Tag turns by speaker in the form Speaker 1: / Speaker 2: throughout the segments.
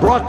Speaker 1: brought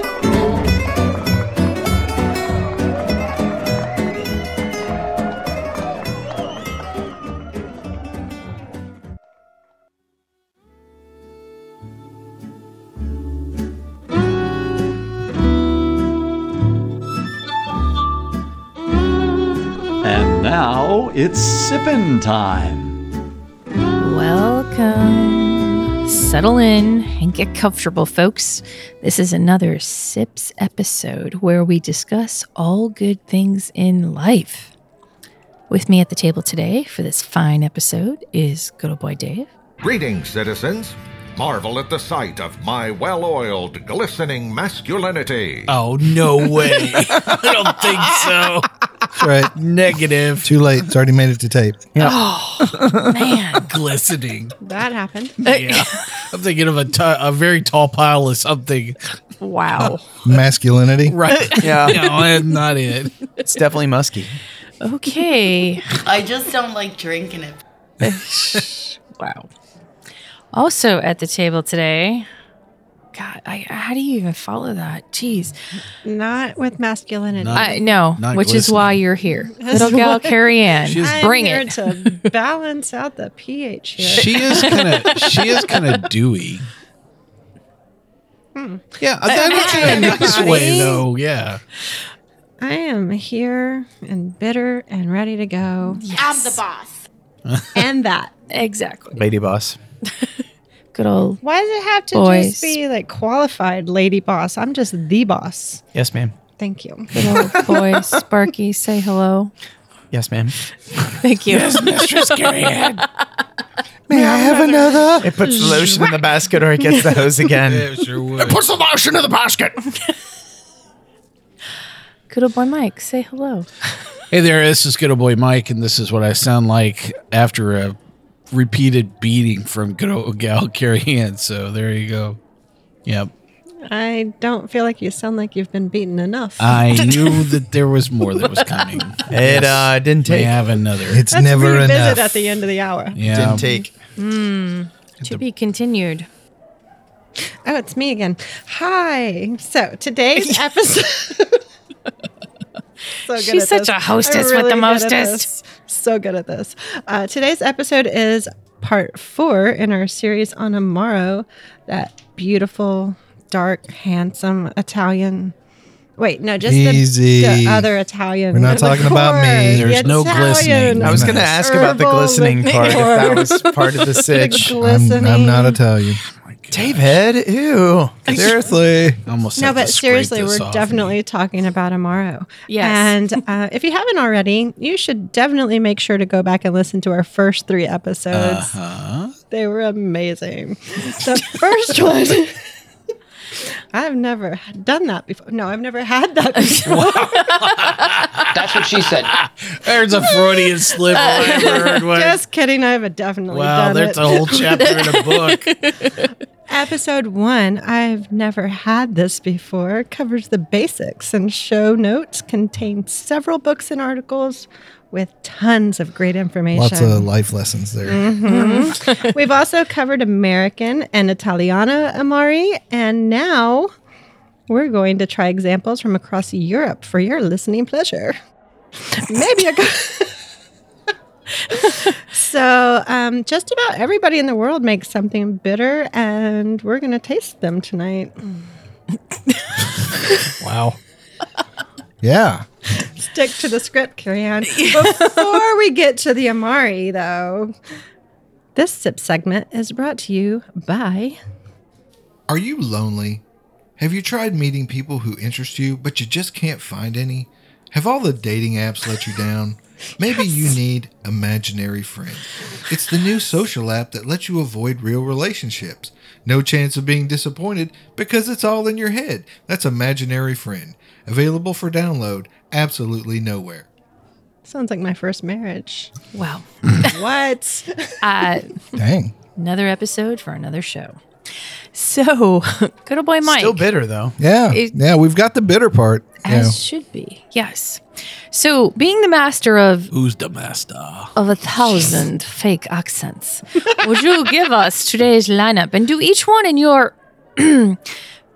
Speaker 1: And now it's sippin' time.
Speaker 2: Welcome. Settle in and get comfortable, folks. This is another Sips episode where we discuss all good things in life. With me at the table today for this fine episode is good old boy Dave.
Speaker 3: Greetings, citizens. Marvel at the sight of my well oiled, glistening masculinity.
Speaker 4: Oh, no way. I don't think so.
Speaker 5: That's right.
Speaker 4: Negative.
Speaker 5: Too late. It's already made it to tape.
Speaker 2: Man,
Speaker 4: Glistening.
Speaker 6: That happened.
Speaker 4: Yeah. I'm thinking of a ti- a very tall pile of something.
Speaker 2: wow.
Speaker 5: Masculinity.
Speaker 4: Right.
Speaker 7: Yeah.
Speaker 4: No, that's not it.
Speaker 7: It's definitely musky.
Speaker 2: Okay.
Speaker 8: I just don't like drinking it.
Speaker 2: Wow. Also at the table today, God, I, how do you even follow that? Jeez.
Speaker 6: Not with masculinity.
Speaker 4: Not-
Speaker 2: I no,
Speaker 4: Not
Speaker 2: which is why
Speaker 4: glistening.
Speaker 2: you're here.
Speaker 6: That's
Speaker 2: Little gal
Speaker 6: why-
Speaker 2: Carrie Ann,
Speaker 6: I'm
Speaker 2: bring
Speaker 6: here
Speaker 2: it.
Speaker 6: to balance out the pH here.
Speaker 4: She is kind of she is kind of dewy. Yeah, I I don't think in a nice way though. Yeah,
Speaker 6: I am here and bitter and ready to go.
Speaker 8: I'm the boss.
Speaker 6: and that.
Speaker 2: Exactly.
Speaker 7: Lady boss.
Speaker 2: Good old.
Speaker 6: Why does it have to
Speaker 2: Boys.
Speaker 6: just be like qualified lady boss? I'm just the boss.
Speaker 7: Yes, ma'am.
Speaker 6: Thank you.
Speaker 2: Good old boy Sparky, say hello.
Speaker 7: Yes, ma'am.
Speaker 2: Thank you.
Speaker 7: May I have another? It puts the lotion in the basket or it gets the hose again.
Speaker 4: sure would.
Speaker 3: Puts the lotion in the basket.
Speaker 2: Good old boy Mike, say hello.
Speaker 4: Hey there, this is good old boy Mike, and this is what I sound like after a repeated beating from good old gal Carrie Ann. So there you go. Yep.
Speaker 6: I don't feel like you sound like you've been beaten enough.
Speaker 4: I knew that there was more that was coming.
Speaker 7: It uh, didn't
Speaker 4: May
Speaker 7: take.
Speaker 4: have another.
Speaker 5: It's
Speaker 6: Let's
Speaker 5: never
Speaker 6: revisit
Speaker 5: enough.
Speaker 6: at the end of the hour.
Speaker 4: yeah.
Speaker 7: Didn't take.
Speaker 2: To be continued.
Speaker 6: Oh, it's me again. Hi. So today's episode. So good
Speaker 2: She's
Speaker 6: at
Speaker 2: such
Speaker 6: this.
Speaker 2: a hostess
Speaker 6: I'm
Speaker 2: with the
Speaker 6: good at
Speaker 2: mostest.
Speaker 6: this. So good at this. Uh, today's episode is part four in our series on Amaro, that beautiful, dark, handsome Italian. Wait, no, just the,
Speaker 5: Easy.
Speaker 6: the other Italian.
Speaker 5: We're not talking about me.
Speaker 6: The
Speaker 4: There's no
Speaker 6: Italian.
Speaker 4: glistening.
Speaker 7: I was going to
Speaker 5: Nice.
Speaker 7: ask about the
Speaker 6: Herbal
Speaker 7: glistening part if that
Speaker 6: liqueur.
Speaker 7: was part of the sitch.
Speaker 5: I'm,
Speaker 6: glistening.
Speaker 5: I'm not Italian.
Speaker 7: David, ew.
Speaker 5: Seriously.
Speaker 4: Almost
Speaker 6: No,
Speaker 4: have to
Speaker 6: but
Speaker 4: scrape
Speaker 6: seriously,
Speaker 4: this
Speaker 6: we're
Speaker 4: off me.
Speaker 6: definitely talking about Amaro.
Speaker 2: Yes.
Speaker 6: And uh, if you haven't already, you should definitely make sure to go back and listen to our first three episodes.
Speaker 4: Uh-huh.
Speaker 6: They were amazing. The first one. I've never done that before. No, I've never had that before.
Speaker 9: That's what she said.
Speaker 4: There's a Freudian slip. I never heard one.
Speaker 6: Just kidding. I've definitely
Speaker 4: wow,
Speaker 6: done
Speaker 4: there's
Speaker 6: it.
Speaker 4: a whole chapter in a book.
Speaker 6: Episode one, I've never had this before, covers the basics and show notes, contains several books and articles with tons of great information.
Speaker 5: Lots of life lessons there.
Speaker 6: We've also covered American and Italiano Amari, and now we're going to try examples from across Europe for your listening pleasure. Maybe a. so, um, just about everybody in the world makes something bitter, and we're going to taste them tonight.
Speaker 4: Wow.
Speaker 5: Yeah.
Speaker 6: Stick to the script, carry on. Before we get to the Amari, though, this sip segment is brought to you by.
Speaker 10: Are you lonely? Have you tried meeting people who interest you, but you just can't find any? Have all the dating apps let you down? Maybe you need Imaginary Friend. It's the new social app that lets you avoid real relationships. No chance of being disappointed because it's all in your head. That's Imaginary Friend. Available for download absolutely nowhere.
Speaker 6: Sounds like my first marriage.
Speaker 2: Wow.
Speaker 6: what?
Speaker 2: Uh,
Speaker 5: Dang.
Speaker 2: another episode uh, for another show. So, good old boy Mike.
Speaker 7: Still bitter though.
Speaker 5: Yeah.
Speaker 2: It-
Speaker 5: yeah, we've got the bitter part.
Speaker 2: As
Speaker 5: Yeah.
Speaker 2: should be. Yes. So, being the master of,
Speaker 4: Who's the master?
Speaker 2: of a thousand fake accents, would you give us today's lineup and do each one in your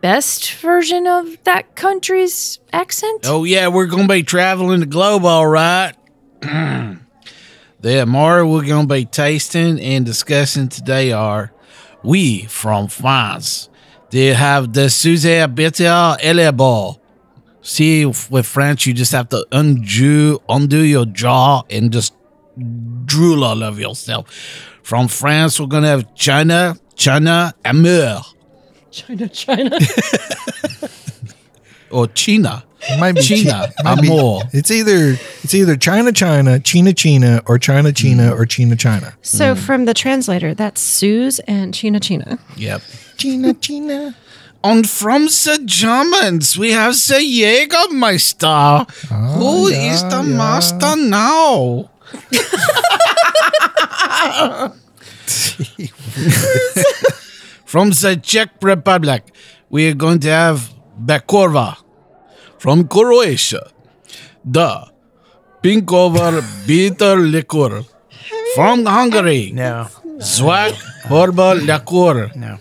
Speaker 2: best version of that country's accent?
Speaker 4: Oh yeah, we're gonna be traveling the globe, all right. the Amara we're gonna be tasting and discussing today are we from France. They have the Suze Bitter Elebor. See, f- with French, you just have to undo undo your jaw and just drool all over yourself. From France, we're gonna have China, China Amour
Speaker 6: China, China.
Speaker 4: or China.
Speaker 5: It might be
Speaker 4: China,
Speaker 5: Chi- might be-
Speaker 4: amor.
Speaker 5: It's either it's either China China, China China, or China China
Speaker 10: Mm.
Speaker 5: or China China.
Speaker 6: so, from the translator, that's Suze and China, China.
Speaker 4: Yep.
Speaker 5: China China.
Speaker 4: And from the Germans, we have the Jägermeister.
Speaker 5: Ah,
Speaker 4: Who is the master now? from the Czech Republic, we are going to have Bakorva. From Croatia, the Pinkover Bitter Liquor. From Hungary,
Speaker 7: No.
Speaker 4: Zwak Horba Liquor.
Speaker 7: No.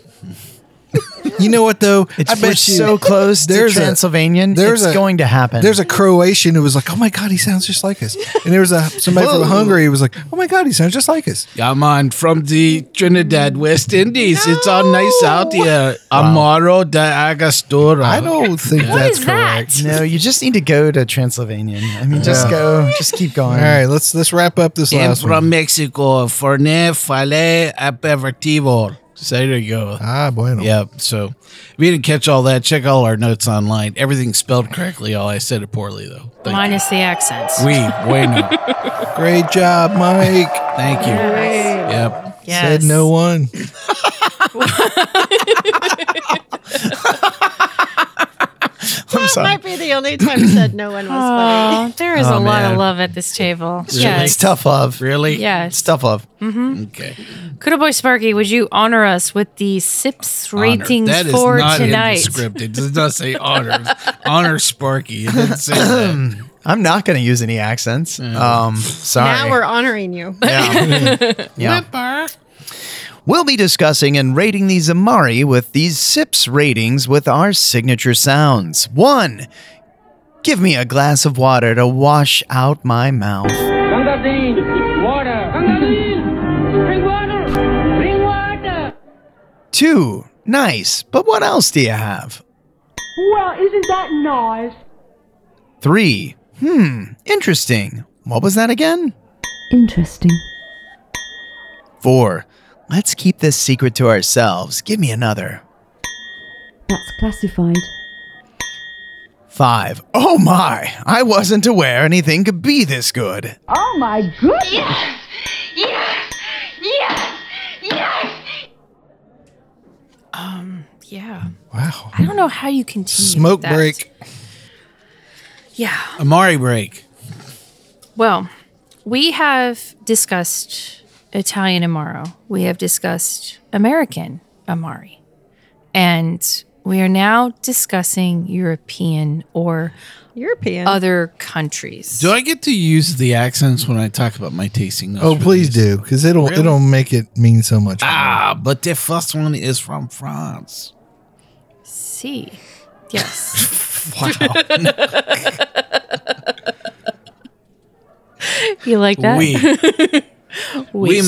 Speaker 5: You know what though?
Speaker 7: It's
Speaker 5: I
Speaker 7: we're
Speaker 5: bet you
Speaker 7: so close to
Speaker 5: there's a-
Speaker 7: Transylvanian.
Speaker 5: there's
Speaker 7: it's
Speaker 5: a-
Speaker 7: going to happen.
Speaker 5: there's a Croatian who was like, "Oh my god, he sounds just like us." And there was a somebody from Hungary who was like, "Oh my god, he sounds just like us."
Speaker 4: Yeah, man, from the Trinidad West Indies. It's all nice out here. Amaro de Agostura.
Speaker 5: I don't think
Speaker 2: What
Speaker 5: that's
Speaker 2: is that?
Speaker 5: correct.
Speaker 7: no, you just need to go to Transylvanian. I mean, just go, just keep going.
Speaker 5: All right, let's let's wrap up this
Speaker 4: And
Speaker 5: last
Speaker 4: from
Speaker 5: one.
Speaker 4: Mexico, Fernet Filet Aperitivo. So there you go.
Speaker 5: Ah, bueno.
Speaker 4: Yep. So if you didn't catch all that, check all our notes online. Everything's spelled correctly. All I said it poorly, though. Thank
Speaker 2: Minus the accents.
Speaker 4: you. We, bueno.
Speaker 5: Great job, Mike.
Speaker 4: Thank you. Yep.
Speaker 2: Yes.
Speaker 5: Said no one.
Speaker 7: I'm sorry.
Speaker 6: Might be the only time I said no one was funny.
Speaker 2: Oh, there is
Speaker 7: Oh,
Speaker 2: a lot
Speaker 7: man.
Speaker 2: of love at this table.
Speaker 7: It's
Speaker 2: Yes.
Speaker 7: tough love.
Speaker 4: Really?
Speaker 7: It's
Speaker 2: Yes. Mm-hmm.
Speaker 7: tough love.
Speaker 4: Okay.
Speaker 2: Kudo Boy Sparky, would you honor us with the sips
Speaker 4: Honor.
Speaker 2: ratings
Speaker 4: That is
Speaker 2: for
Speaker 4: not in the
Speaker 2: tonight?
Speaker 4: script. It does not say honors. Honor Sparky. It didn't say that.
Speaker 7: I'm not going to use any accents. Um, sorry.
Speaker 6: Now we're honoring you.
Speaker 7: Yeah. Yeah. We'll be discussing and rating these Amari with these sips ratings with our signature sounds. One, give me a glass of water to wash out my mouth.
Speaker 11: Water. Bring water. Bring water.
Speaker 7: Two, nice, but what else do you have?
Speaker 11: Well, isn't that nice?
Speaker 7: Three, hmm, interesting. What was that again?
Speaker 11: Interesting.
Speaker 7: Four, let's keep this secret to ourselves. Give me another.
Speaker 11: That's classified.
Speaker 7: Five, oh my, I wasn't aware anything could be this good.
Speaker 11: Oh my goodness. Yes. Yes. Yes. Yes.
Speaker 2: Yeah.
Speaker 5: Wow.
Speaker 2: I don't know how you continue. with
Speaker 5: Smoke
Speaker 2: that.
Speaker 5: break.
Speaker 2: Yeah.
Speaker 4: Amari break.
Speaker 2: Well, we have discussed Italian Amaro. We have discussed American Amari. And we are now discussing European or
Speaker 6: European.
Speaker 2: other countries.
Speaker 4: Do I get to use the accents when I talk about my tasting? notes
Speaker 5: Oh,
Speaker 4: for
Speaker 5: please
Speaker 4: these?
Speaker 5: do, because it'll
Speaker 4: Really?
Speaker 5: it'll make it mean so much. more.
Speaker 4: Ah, but the first one is from France.
Speaker 2: see? Yes.
Speaker 4: Wow.
Speaker 2: You like that?
Speaker 4: we, we,
Speaker 5: See,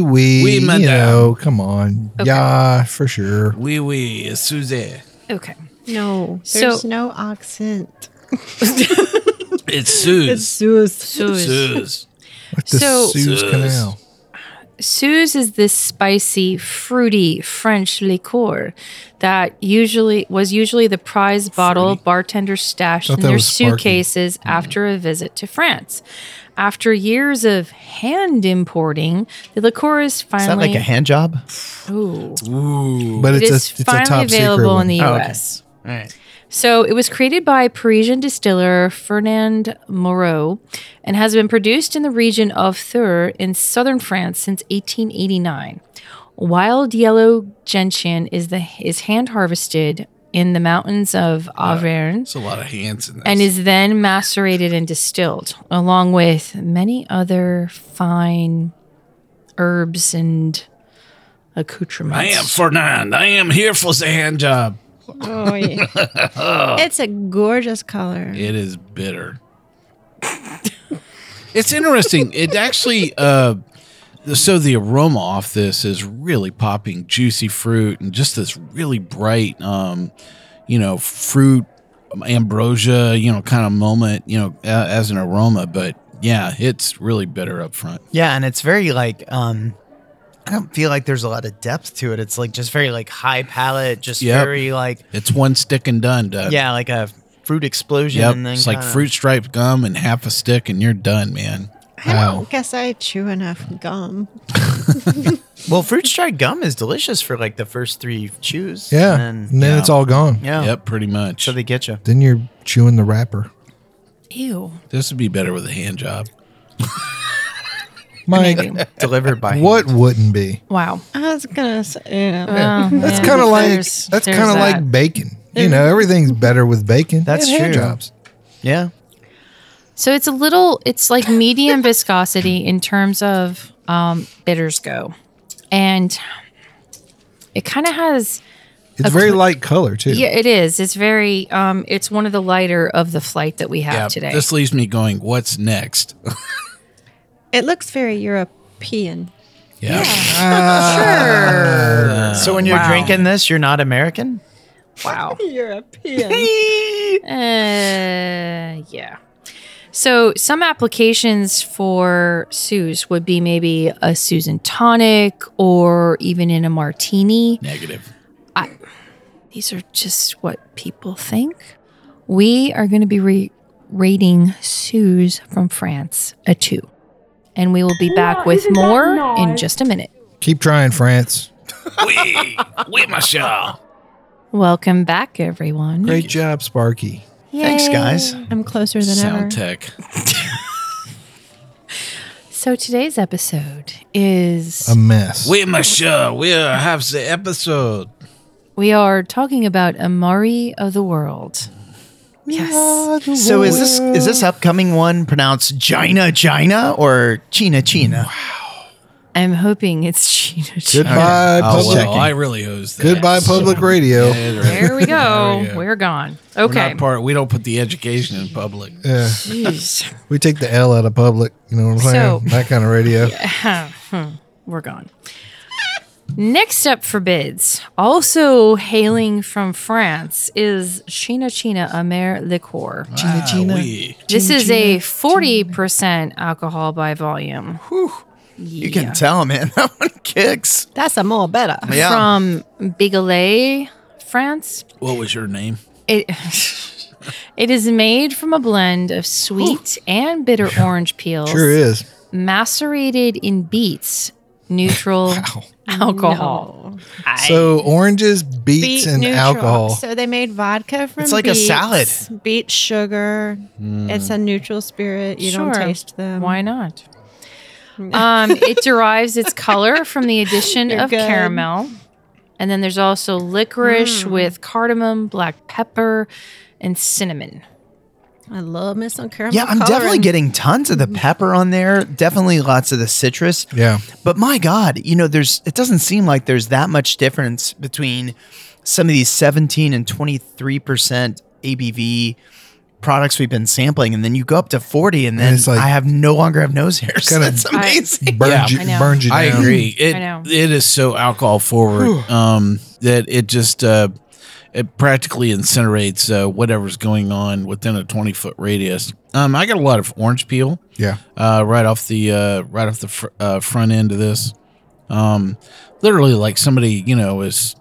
Speaker 4: monsieur.
Speaker 5: we,
Speaker 4: Oui,
Speaker 5: you
Speaker 4: madame.
Speaker 5: know, come on, yeah, for sure.
Speaker 4: Oui, oui, Suze.
Speaker 2: Okay.
Speaker 6: no,
Speaker 2: there's
Speaker 6: no accent.
Speaker 4: It's Suze.
Speaker 6: Suze.
Speaker 2: Suze.
Speaker 4: Suze.
Speaker 5: Like the
Speaker 2: So-
Speaker 5: Suez Canal.
Speaker 2: Suze is this spicy, fruity French liqueur that usually was usually the prize bottle bartenders stashed
Speaker 5: Thought
Speaker 2: in
Speaker 5: that
Speaker 2: their
Speaker 5: was sparky.
Speaker 2: suitcases after a visit to France. After years of hand importing, the liqueur is
Speaker 7: Is that
Speaker 2: finally
Speaker 7: like a hand job?
Speaker 2: Ooh.
Speaker 5: But it's
Speaker 2: It
Speaker 5: a
Speaker 2: is
Speaker 5: it's a top
Speaker 2: finally
Speaker 5: secret
Speaker 2: available
Speaker 5: one.
Speaker 2: in the
Speaker 7: Oh, okay.
Speaker 2: U.S.
Speaker 7: All right.
Speaker 2: So it was created by Parisian distiller Fernand Moreau and has been produced in the region of Thur in southern France since 1889. Wild yellow gentian is the is hand harvested in the mountains of
Speaker 7: Uh,
Speaker 2: Auvergne
Speaker 4: It's a lot of hands in this.
Speaker 2: and is then macerated and distilled, along with many other fine herbs and
Speaker 4: I
Speaker 2: accoutrements.
Speaker 4: am Fernand. I am here for the hand job.
Speaker 6: Oh, yeah. it's a gorgeous color.
Speaker 4: It is bitter. it's interesting. It actually, uh, so the aroma off this is really popping juicy fruit and just this really bright, um, you know, fruit ambrosia, you know, kind of moment, you know, uh, as an aroma. But yeah, it's really bitter up front.
Speaker 7: Yeah, and it's very like um I don't feel like there's a lot of depth to it. It's like just very like high palate, just
Speaker 4: Yep.
Speaker 7: very like
Speaker 4: It's one stick and done, Doug.
Speaker 7: yeah, like a fruit explosion
Speaker 4: Yep.
Speaker 7: and then
Speaker 4: It's like
Speaker 7: kinda-
Speaker 4: fruit striped gum and half a stick, and you're done, man.
Speaker 6: I don't guess I chew enough gum.
Speaker 7: Well, fruit dried gum is delicious for like the first three chews.
Speaker 5: Yeah.
Speaker 7: And
Speaker 5: And then it's all gone.
Speaker 7: Yeah.
Speaker 4: Yep, pretty much.
Speaker 7: So they get you.
Speaker 5: Then you're chewing the wrapper.
Speaker 2: Ew.
Speaker 4: This would be better with a hand job.
Speaker 5: Mike,
Speaker 7: delivered by
Speaker 5: what wouldn't be?
Speaker 2: Wow.
Speaker 6: I was gonna say uh, yeah.
Speaker 5: that's kind of like that's kind of like bacon. You know, everything's better with bacon.
Speaker 7: That's
Speaker 5: and hand
Speaker 7: true.
Speaker 5: jobs.
Speaker 7: Yeah.
Speaker 2: So it's a little, it's like medium viscosity in terms of um, bitters go, and it kind of has.
Speaker 5: It's very light color too.
Speaker 2: Yeah, it is. It's very. Um, it's one of the lighter of the flight that we have
Speaker 4: Yeah,
Speaker 2: today.
Speaker 4: this leaves me going, what's next?
Speaker 6: It looks very European.
Speaker 4: Yeah.
Speaker 7: so when you're
Speaker 2: Wow.
Speaker 7: drinking this, you're not American?
Speaker 2: wow.
Speaker 6: European.
Speaker 2: Uh, yeah. So some applications for Suze would be maybe a Susan tonic or even in a martini.
Speaker 4: Negative.
Speaker 2: These are just what people think. We are going to be re- rating Suze from France a two. And we will be back with
Speaker 11: isn't that
Speaker 2: more in
Speaker 11: nice?
Speaker 2: just a minute.
Speaker 5: Keep trying, France.
Speaker 4: we, we, Michelle.
Speaker 2: Welcome back, everyone.
Speaker 5: Great job, Sparky.
Speaker 7: Thanks, guys.
Speaker 6: I'm closer than ever.
Speaker 4: Sound tech.
Speaker 2: So today's episode is
Speaker 5: A mess.
Speaker 4: We, Michelle. We uh, have the episode.
Speaker 2: we are talking about Amari of the World. Yes.
Speaker 7: So is this is this upcoming one pronounced Gina Gina or China China?
Speaker 2: I'm hoping it's Sheena.
Speaker 5: Goodbye,
Speaker 4: Oh,
Speaker 5: public.
Speaker 4: well, I really hose that.
Speaker 5: Goodbye, public radio. Yeah.
Speaker 2: There we go.
Speaker 4: go.
Speaker 2: We're gone.
Speaker 4: We're not
Speaker 2: Okay.
Speaker 4: part, we don't put the education in public.
Speaker 2: Jeez.
Speaker 5: we take the L out of public. You know what I'm saying?
Speaker 2: So-
Speaker 5: that kind of radio.
Speaker 2: We're gone. Next up for bids, also hailing from France, is China China Amer Liqueur.
Speaker 4: China China.
Speaker 2: This is a 40% alcohol by volume.
Speaker 7: You can tell, man. That one kicks.
Speaker 6: That's a more better.
Speaker 7: Yeah.
Speaker 2: From Bigolet, France.
Speaker 4: What was your name?
Speaker 2: It it is made from a blend of sweet and bitter orange peels,
Speaker 5: Sure is.
Speaker 2: macerated in beets, neutral alcohol.
Speaker 5: So oranges, beets, and
Speaker 6: neutral.
Speaker 5: alcohol.
Speaker 6: So they made vodka from.
Speaker 7: It's like a
Speaker 6: beets,
Speaker 7: salad. Hmm.
Speaker 6: Beet sugar. It's a neutral spirit. You don't
Speaker 2: Sure.
Speaker 6: taste them.
Speaker 2: Why not? um, it derives its color from the addition
Speaker 6: You're
Speaker 2: of
Speaker 6: good.
Speaker 2: caramel, and then there's also
Speaker 6: Hmm.
Speaker 2: licorice with cardamom, black pepper, and cinnamon.
Speaker 6: I love me some caramel.
Speaker 7: Yeah, I'm definitely
Speaker 6: coloring.
Speaker 7: getting tons of the pepper on there. Definitely lots of the citrus.
Speaker 5: Yeah.
Speaker 7: But my God, you know, there's it doesn't seem like there's that much difference between some of these 17 and 23 percent ABV products we've been sampling, and then you go up to 40, and then
Speaker 5: it's like-
Speaker 7: I have no longer have nose hairs.
Speaker 5: Kinda-
Speaker 7: That's
Speaker 2: I-
Speaker 7: amazing.
Speaker 5: Burns
Speaker 2: I
Speaker 5: you,
Speaker 2: know.
Speaker 5: burns you down.
Speaker 4: I agree. It
Speaker 2: know.
Speaker 4: it is so alcohol forward um, that it just uh, it practically incinerates uh, whatever's going on within a twenty foot radius. Um, I got a lot of orange peel
Speaker 5: Yeah.
Speaker 4: uh, right off the uh, right off the fr- uh, front end of this. Um, literally, like somebody you know is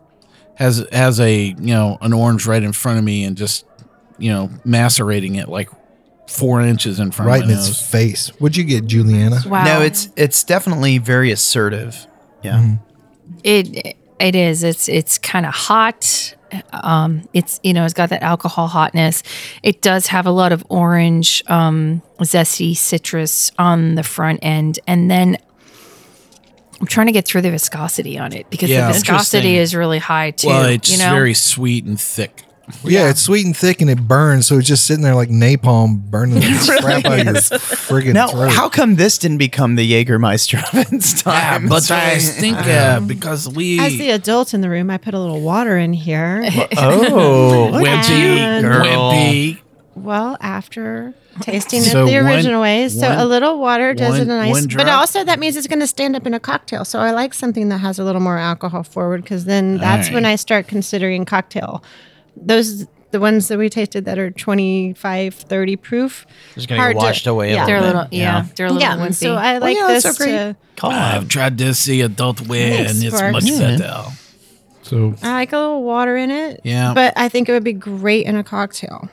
Speaker 4: has has a you know an orange right in front of me and just you know macerating it like four inches in front
Speaker 5: Right
Speaker 4: of
Speaker 5: in
Speaker 4: my
Speaker 5: its
Speaker 4: nose.
Speaker 5: face. What'd you get, Juliana?
Speaker 2: Wow.
Speaker 7: No, it's it's definitely very assertive. Yeah.
Speaker 2: It it is. It's it's kind of hot. Um, it's you know it's got that alcohol hotness. It does have a lot of orange, um, zesty citrus on the front end, and then I'm trying to get through the viscosity on it because
Speaker 4: Yeah.
Speaker 2: the viscosity
Speaker 4: Interesting.
Speaker 2: is really high too.
Speaker 4: well, it's
Speaker 2: you know?
Speaker 4: very sweet and thick.
Speaker 5: Yeah, it's sweet and thick and it burns. So it's just sitting there like napalm burning the crap out of your friggin'
Speaker 7: Now,
Speaker 5: throat.
Speaker 7: how come this didn't become the Jägermeister of its time?
Speaker 4: Ah, but I think uh, because we
Speaker 6: As the adult in the room, I put a little water in here.
Speaker 7: oh, look at
Speaker 4: Wimpy,
Speaker 7: you, girl.
Speaker 4: wimpy.
Speaker 6: Well, after tasting
Speaker 7: So
Speaker 6: it the
Speaker 7: one-
Speaker 6: original way, so
Speaker 7: one-
Speaker 6: a little water does it a
Speaker 7: one-
Speaker 6: nice.
Speaker 7: one
Speaker 6: But
Speaker 7: drop?
Speaker 6: also, that means it's going to stand up in a cocktail. So I like something that has a little more alcohol forward because then that's when
Speaker 4: Alright.
Speaker 6: I start considering cocktail. Those the ones that we tasted that are 25, 30 proof.
Speaker 7: Just gonna get washed away a
Speaker 6: Yeah.
Speaker 7: little They're a bit, little- yeah. yeah,
Speaker 2: they're a little
Speaker 6: Yeah, So
Speaker 2: wimpy.
Speaker 6: I
Speaker 2: Well,
Speaker 6: like
Speaker 2: yeah,
Speaker 6: this.
Speaker 2: that's a great-
Speaker 6: to,
Speaker 4: I've tried this the adult way
Speaker 6: Thanks,
Speaker 4: and it's
Speaker 6: Sparks.
Speaker 4: much
Speaker 6: Yeah.
Speaker 4: better.
Speaker 5: So
Speaker 6: I like a little water in it.
Speaker 4: Yeah.
Speaker 6: But I think it would be great in a cocktail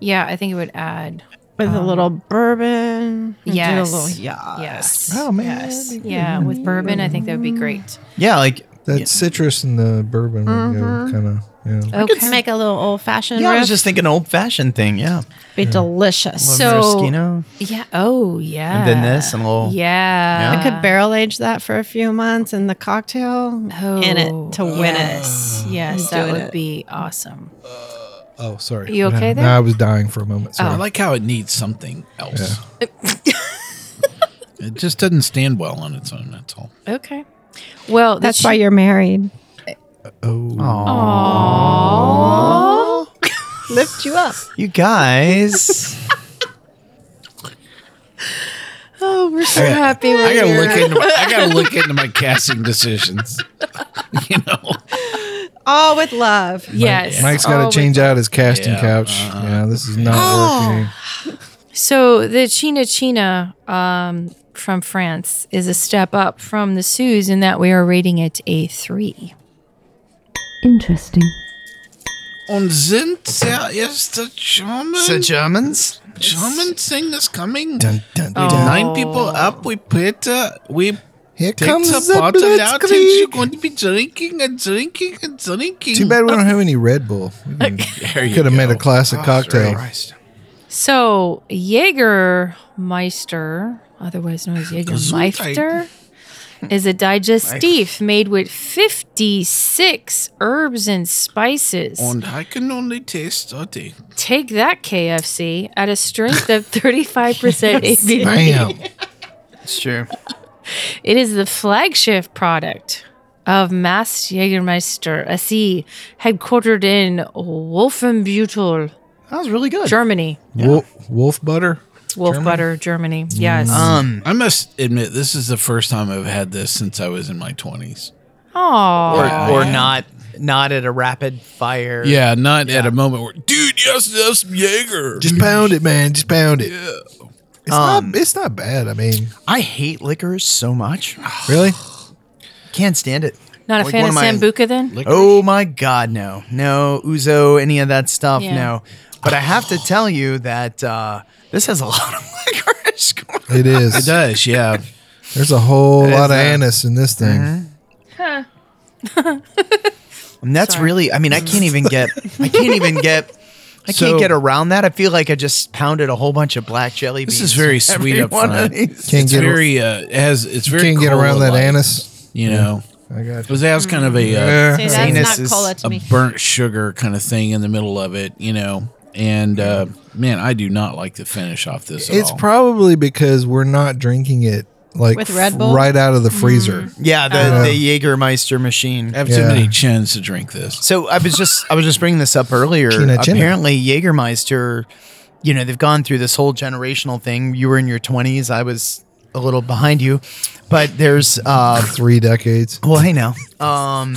Speaker 2: yeah, I think it would add.
Speaker 6: with a
Speaker 7: Oh.
Speaker 2: Um,
Speaker 6: little bourbon. and do
Speaker 2: Yes.
Speaker 6: A little, yeah.
Speaker 2: Yes. Oh man. Yes. Yeah, with bourbon, I think that would be great.
Speaker 7: Yeah, like
Speaker 5: that citrus and the bourbon kind of. Yeah.
Speaker 6: We could make a little old fashioned.
Speaker 7: Yeah, I was just thinking old fashioned thing. Yeah.
Speaker 6: be delicious.
Speaker 7: Little maraschino.
Speaker 2: yeah. Oh yeah.
Speaker 7: And then this and a little.
Speaker 2: Yeah.
Speaker 6: I could barrel age that for a few months in the cocktail in it
Speaker 7: Oh.
Speaker 6: to win
Speaker 2: yes.
Speaker 6: it.
Speaker 2: Yes, that
Speaker 6: Doing
Speaker 2: would
Speaker 6: it.
Speaker 2: be awesome.
Speaker 5: Oh, sorry.
Speaker 2: You
Speaker 5: What
Speaker 2: okay
Speaker 5: happened?
Speaker 2: there?
Speaker 5: No, I was dying for a moment.
Speaker 4: I
Speaker 5: Sorry.
Speaker 4: like how it needs something else. it just doesn't stand well on its own. That's all.
Speaker 2: Okay. Well,
Speaker 6: That's
Speaker 2: this-
Speaker 6: why you're married.
Speaker 2: Aww.
Speaker 6: Lift you up.
Speaker 7: You guys.
Speaker 2: Oh, we're so
Speaker 4: I gotta-
Speaker 2: happy. We're
Speaker 4: I gotta
Speaker 2: here.
Speaker 4: look into. My, I gotta look into my casting decisions.
Speaker 6: All with love.
Speaker 2: Yes.
Speaker 5: Mike's got
Speaker 2: Oh,
Speaker 5: to change out his casting
Speaker 4: Yeah, uh-uh.
Speaker 5: couch. yeah, this is not
Speaker 2: Oh.
Speaker 5: working.
Speaker 2: So the China China um, from France is a step up from the Suze in that we are rating it a three.
Speaker 11: Interesting.
Speaker 4: Und sind der erste German?
Speaker 7: The Germans?
Speaker 4: German thing is coming.
Speaker 5: Dun, dun,
Speaker 4: We
Speaker 5: dun.
Speaker 4: nine people up. We put. Uh, we
Speaker 5: Here
Speaker 4: take
Speaker 5: comes
Speaker 4: the
Speaker 5: the
Speaker 4: bottle out, and
Speaker 5: blitzkrieg.
Speaker 4: you're going to be drinking and drinking and drinking.
Speaker 5: Too bad we don't have any Red Bull. We could have made a classic
Speaker 4: Oh, Ah,
Speaker 5: cocktail.
Speaker 2: So Jägermeister, otherwise known as Jägermeister, is a digestif made with 56 herbs and spices.
Speaker 4: And I can only taste thirty.
Speaker 2: Take that KFC at a strength of 35% ABV.
Speaker 7: It's true.
Speaker 2: It is the flagship product of Mass Jägermeister SE, headquartered in Wolfenbüttel,
Speaker 7: That was really good.
Speaker 2: Germany.
Speaker 5: Wolf, wolf butter.
Speaker 2: Wolf butter, Germany. Yes.
Speaker 7: Um,
Speaker 4: I must admit, this is the first time I've had this since I was in my twenties.
Speaker 7: Or,
Speaker 2: Aww.
Speaker 7: or not not at a rapid fire.
Speaker 4: Yeah, not at a moment where, dude, yes, that's Jaeger.
Speaker 5: Just pound it, man. Just pound it. It's
Speaker 7: Um,
Speaker 5: not. It's not bad. I mean,
Speaker 7: I hate liquor so much.
Speaker 5: really.
Speaker 7: Can't stand it.
Speaker 2: Not a
Speaker 7: Like
Speaker 2: fan
Speaker 7: one
Speaker 2: of
Speaker 7: of my-
Speaker 2: Sambuca then?
Speaker 7: Oh my God, no. No Uzo, any of that stuff,
Speaker 2: Yeah.
Speaker 7: no. But I have to tell you that uh, this has a lot of licorice going
Speaker 5: It
Speaker 4: It
Speaker 5: is.
Speaker 4: does, yeah.
Speaker 5: There's a whole
Speaker 7: It
Speaker 5: lot
Speaker 7: is,
Speaker 5: of
Speaker 7: uh,
Speaker 5: anise in this thing.
Speaker 7: And that's really, I mean, I can't even get, I can't even get, I
Speaker 4: So-
Speaker 7: can't get around that. I feel like I just pounded a whole bunch of black jelly beans.
Speaker 4: This is very
Speaker 7: on
Speaker 4: sweet
Speaker 7: every
Speaker 4: up
Speaker 7: one of
Speaker 4: front.
Speaker 7: these.
Speaker 5: Can't
Speaker 4: it's
Speaker 5: get
Speaker 4: very, uh, it has, it's very
Speaker 5: Can't get around that
Speaker 4: cola-like,
Speaker 5: anise.
Speaker 4: You know,
Speaker 5: I got.
Speaker 4: because it has kind of a, uh,
Speaker 5: Yeah.
Speaker 6: See,
Speaker 7: Anus
Speaker 6: that's not
Speaker 7: is
Speaker 6: cola to
Speaker 4: a
Speaker 6: me.
Speaker 4: burnt sugar kind of thing in the middle of it, you know. And uh, man, I do not like the finish off this. At
Speaker 5: It's
Speaker 4: all.
Speaker 5: probably because we're not drinking it like
Speaker 6: With Red
Speaker 5: f-
Speaker 6: Bull? Mm.
Speaker 5: right out of the freezer.
Speaker 7: Yeah, the, the Jägermeister machine.
Speaker 4: I have too
Speaker 5: Yeah.
Speaker 4: many chins to drink this.
Speaker 7: So I was just, I was just bringing this up earlier.
Speaker 5: China, China.
Speaker 7: Apparently, Jägermeister, you know, they've gone through this whole generational thing. You were in your twenties. I was a little behind you, but there's, uh,
Speaker 5: Three decades.
Speaker 7: well, hey now, um,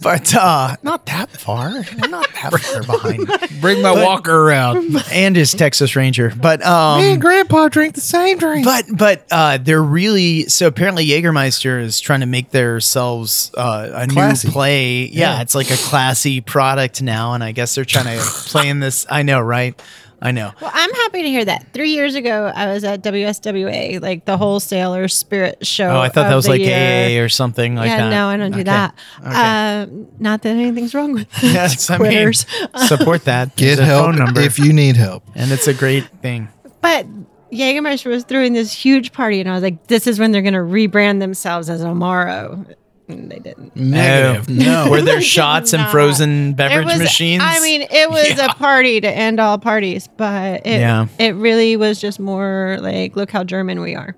Speaker 7: but uh, not that far. We're not that far behind.
Speaker 4: Bring my walker around.
Speaker 7: and his Texas Ranger. But um,
Speaker 5: Me and Grandpa drink the same drink.
Speaker 7: but but uh, they're really so apparently Jägermeister is trying to make themselves uh, a
Speaker 5: Classy.
Speaker 7: new play. Yeah, it's like a classy product now, and I guess they're trying to play in this. I know, right? I know.
Speaker 6: Well, I'm happy to hear that. Three years ago, I was at WSWA, like the wholesaler spirit show.
Speaker 7: Oh, I thought that
Speaker 6: of
Speaker 7: was
Speaker 6: the
Speaker 7: like
Speaker 6: year.
Speaker 7: AA or something like
Speaker 6: yeah,
Speaker 7: that.
Speaker 6: no, I don't do
Speaker 7: Okay.
Speaker 6: that.
Speaker 7: Okay.
Speaker 6: Uh, not that anything's wrong with that.
Speaker 7: Yes, I mean,
Speaker 6: Quitters.
Speaker 7: support that.
Speaker 5: Get
Speaker 7: There's a
Speaker 5: help
Speaker 7: phone number,
Speaker 5: if you need help.
Speaker 7: and it's a great thing.
Speaker 6: But Jägermeister was throwing this huge party, and I was like, this is when they're going to rebrand themselves as Amaro. And they didn't.
Speaker 7: Negative. No. Oh. Were there shots and
Speaker 6: not.
Speaker 7: frozen beverage
Speaker 6: It was-
Speaker 7: machines?
Speaker 6: I mean, it was a party to end all parties, but it,
Speaker 7: Yeah.
Speaker 6: it really was just more like, look how German we are.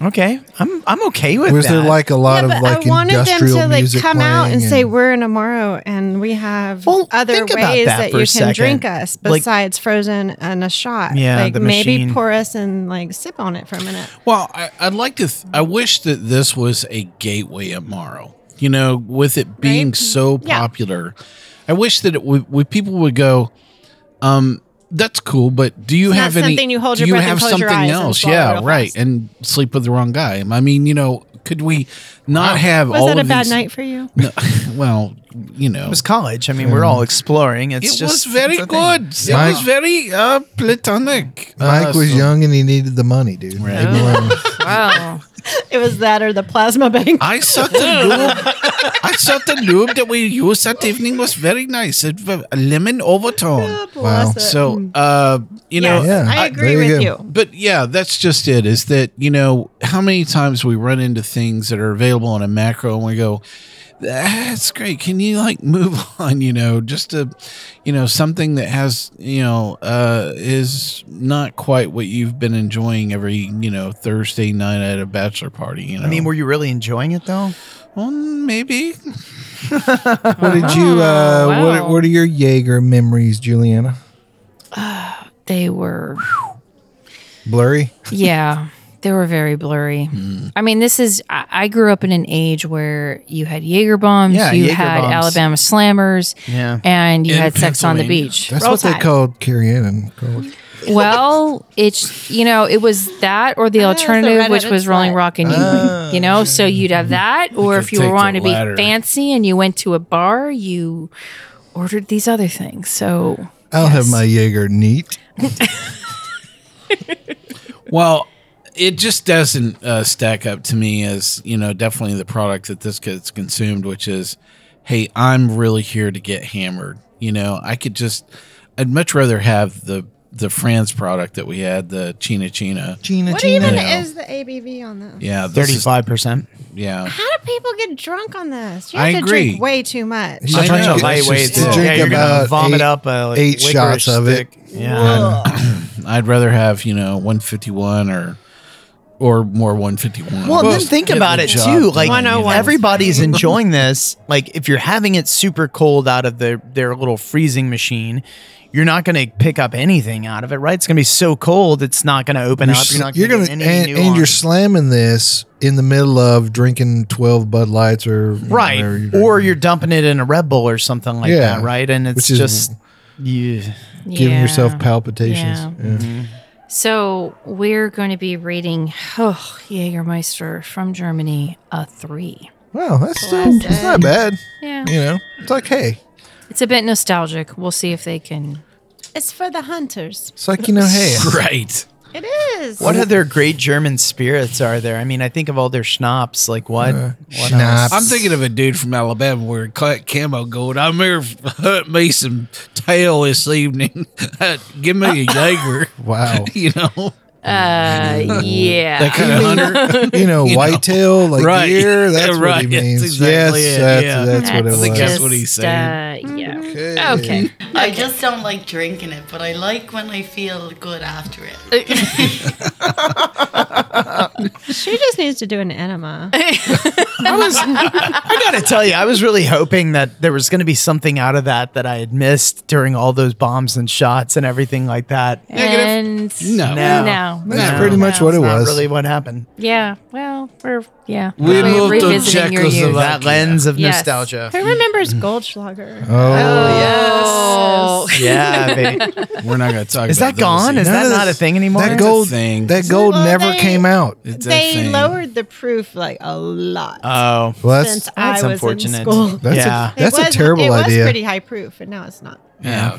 Speaker 7: okay, I'm I'm okay with
Speaker 5: Was
Speaker 7: that.
Speaker 5: there like a lot
Speaker 6: but
Speaker 5: of like
Speaker 6: I wanted them
Speaker 5: industrial
Speaker 6: to like
Speaker 5: music
Speaker 6: come out and,
Speaker 5: playing
Speaker 6: say we're in Amaro and we have other
Speaker 7: think about
Speaker 6: ways
Speaker 7: that
Speaker 6: that,
Speaker 7: for a
Speaker 6: you can
Speaker 7: second.
Speaker 6: drink us
Speaker 7: Like-
Speaker 6: besides frozen and a shot.
Speaker 4: Yeah,
Speaker 6: like
Speaker 4: the
Speaker 6: maybe
Speaker 4: machine.
Speaker 6: pour us and like sip on it for a minute.
Speaker 4: Well, I, I'd like to. Th- I wish that this was a gateway Amaro. You know, with it being so
Speaker 6: Mm-hmm. Yeah.
Speaker 4: popular, I wish that it would. would people would go, um, "That's cool," but do you
Speaker 6: It's not
Speaker 4: have any?
Speaker 6: something you hold
Speaker 4: do
Speaker 6: your
Speaker 4: you
Speaker 6: breath and
Speaker 4: have
Speaker 6: close your
Speaker 4: something
Speaker 6: eyes and
Speaker 4: else?
Speaker 6: swallow
Speaker 4: Yeah,
Speaker 6: real
Speaker 4: right. And sleep with the wrong guy. I mean, you know, could we not have
Speaker 6: Was
Speaker 4: all
Speaker 6: that a
Speaker 4: of
Speaker 6: bad
Speaker 4: these-
Speaker 6: night for you?
Speaker 4: No, well, you know,
Speaker 7: It was college. I mean, we're all exploring. It's
Speaker 4: it
Speaker 7: just
Speaker 4: was very
Speaker 7: it's a thing.
Speaker 4: good.
Speaker 5: Mike-
Speaker 4: It was very uh, platonic. Uh,
Speaker 5: Mike was young and he needed the money, dude. Leave him alone.
Speaker 6: Wow. it was that or the plasma bank.
Speaker 4: I thought the lube. I thought the lube that we used that evening was very nice. It was a lemon overtone.
Speaker 5: Wow. it.
Speaker 4: So, uh, you know,
Speaker 6: Yes, Yeah. I agree There you with go. you.
Speaker 4: But yeah, that's just it. Is that you know how many times we run into things that are available on a macro and we go. That's great. Can you like move on? You know, just a, you know, something that has, you know, uh, is not quite what you've been enjoying every, you know, Thursday night at a bachelor party. You know,
Speaker 7: I mean, were you really enjoying it though?
Speaker 4: well, maybe.
Speaker 5: What did
Speaker 2: Uh-huh.
Speaker 5: you? Uh, what, are- what are your Jaeger memories, Juliana?
Speaker 2: They were,
Speaker 5: Blurry.
Speaker 2: yeah, they were very blurry.
Speaker 5: Mm.
Speaker 2: I mean, this is, I, I grew up in an age where you had Jaeger bombs,
Speaker 5: Yeah,
Speaker 2: you
Speaker 5: Jaeger
Speaker 2: had
Speaker 5: bombs.
Speaker 2: Alabama slammers,
Speaker 5: Yeah.
Speaker 2: and you
Speaker 5: In
Speaker 2: had sex on the
Speaker 5: Pennsylvania.
Speaker 2: beach.
Speaker 5: That's
Speaker 2: Roll
Speaker 5: what they
Speaker 2: Tide.
Speaker 5: called Carrie Ann and college.
Speaker 2: Well, it's you know it was that or the
Speaker 6: Ah, it's the
Speaker 2: alternative,
Speaker 6: Reddit
Speaker 2: which was
Speaker 6: slut.
Speaker 2: Rolling Rock and you,
Speaker 5: Ah.
Speaker 2: you know. So you'd have that, or
Speaker 6: could
Speaker 2: if you
Speaker 6: take
Speaker 2: were
Speaker 6: the
Speaker 2: wanting to
Speaker 6: latter.
Speaker 2: be fancy and you went to a bar, you ordered these other things. So
Speaker 5: I'll have my Jaeger neat.
Speaker 4: Well, it just doesn't uh, stack up to me as you know definitely the product that this gets consumed, which is, hey, I'm really here to get hammered. You know, I could just, I'd much rather have the the Franz product that we had, the China China.
Speaker 5: China
Speaker 6: What even is the ABV on that?
Speaker 4: Yeah,
Speaker 7: thirty-five percent.
Speaker 4: Yeah.
Speaker 6: How do people get drunk on this? You
Speaker 4: I
Speaker 6: have to
Speaker 4: agree.
Speaker 6: drink way too much.
Speaker 5: You I
Speaker 7: Trying
Speaker 5: know.
Speaker 7: to lightweight.
Speaker 5: It's just-
Speaker 7: yeah,
Speaker 5: drink
Speaker 7: you're gonna
Speaker 5: about
Speaker 7: vomit
Speaker 5: eight-
Speaker 7: up a, like,
Speaker 5: eight
Speaker 7: licorice
Speaker 5: shots of it.
Speaker 7: stick. Yeah.
Speaker 4: I'd rather have you know 151 or or more 151.
Speaker 7: Well, then think
Speaker 4: Get
Speaker 7: about
Speaker 4: the
Speaker 7: it
Speaker 4: job
Speaker 7: too.
Speaker 4: done,
Speaker 7: Like
Speaker 4: you know?
Speaker 7: everybody's enjoying this. Like if you're having it super cold out of their their little freezing machine, you're not going to pick up anything out of it, right? It's going to be so cold, it's not going to open up. You're
Speaker 5: sl-
Speaker 7: not going to
Speaker 5: gonna-
Speaker 7: any
Speaker 5: and,
Speaker 7: nuance.
Speaker 5: and you're slamming this in the middle of drinking twelve Bud Lights or you know,
Speaker 7: right,
Speaker 5: whatever you-
Speaker 7: or you're dumping it in a Red Bull or something like
Speaker 5: Yeah.
Speaker 7: that, right? And
Speaker 5: Which
Speaker 7: it's
Speaker 5: is-
Speaker 7: just yeah.
Speaker 5: giving yourself
Speaker 2: Yeah.
Speaker 5: palpitations.
Speaker 2: Yeah.
Speaker 5: Yeah.
Speaker 2: So we're going to be reading oh, Jägermeister from Germany, a three.
Speaker 5: Wow, that's still that's not bad.
Speaker 2: Yeah.
Speaker 5: You know, it's like hey,
Speaker 2: It's a bit nostalgic. We'll see if they can.
Speaker 6: It's for the hunters.
Speaker 5: it's like you know hey,
Speaker 7: right.
Speaker 6: It is.
Speaker 7: What other great German spirits are there? I mean, I think of all their schnapps. Like what?
Speaker 5: Uh,
Speaker 7: what else?
Speaker 4: I'm thinking of a dude from Alabama wearing ca- camo gold. I'm here to hunt me some tail this evening. Give me a Jaeger.
Speaker 5: wow.
Speaker 4: you know,
Speaker 2: Uh, yeah.
Speaker 4: that kind of hunter.
Speaker 5: You know, whitetail like
Speaker 4: Right.
Speaker 5: deer. That's what he
Speaker 4: Right. That's
Speaker 5: means.
Speaker 4: exactly
Speaker 5: yes,
Speaker 4: it.
Speaker 5: that's,
Speaker 4: Yeah. Oh,
Speaker 5: that's what it
Speaker 4: I
Speaker 5: was.
Speaker 4: think that's what he's saying.
Speaker 2: Uh, yeah. Okay. okay.
Speaker 8: I just don't like drinking it, but I like when I feel good after it.
Speaker 6: She just needs to do an enema.
Speaker 7: I was. I gotta tell you, I was really hoping that there was gonna be something out of that that I had missed during all those bombs and shots and everything like that.
Speaker 2: And
Speaker 7: No.
Speaker 2: no,
Speaker 7: No.
Speaker 5: That's pretty much what it
Speaker 7: Not
Speaker 5: was.
Speaker 7: really what happened.
Speaker 2: Yeah. Well, we're yeah.
Speaker 7: We
Speaker 2: We're
Speaker 7: moved to
Speaker 2: revisiting your
Speaker 7: Czechoslovakia.
Speaker 2: youth.
Speaker 7: That lens of
Speaker 2: Yes.
Speaker 7: nostalgia.
Speaker 6: Who remembers
Speaker 5: Mm. Oh,
Speaker 6: Goldschlager? Uh,
Speaker 2: Oh, yes.
Speaker 7: Yeah, baby.
Speaker 4: We're not going to talk
Speaker 7: Is
Speaker 4: about
Speaker 7: that gone? Is
Speaker 5: None
Speaker 7: that
Speaker 5: of
Speaker 7: not a
Speaker 5: this-
Speaker 7: thing anymore?
Speaker 5: That gold
Speaker 4: thing.
Speaker 5: That gold
Speaker 6: Well,
Speaker 5: never
Speaker 6: they-
Speaker 5: came out.
Speaker 4: It's a
Speaker 6: They
Speaker 4: thing.
Speaker 6: lowered the proof like a lot
Speaker 7: Oh,
Speaker 5: Well, that's
Speaker 6: since I was in school.
Speaker 5: That's a,
Speaker 7: Yeah.
Speaker 5: Uh, that's
Speaker 6: it
Speaker 5: a
Speaker 6: was,
Speaker 5: terrible
Speaker 6: it
Speaker 5: idea.
Speaker 6: was pretty high proof, and now it's not.
Speaker 4: Yeah.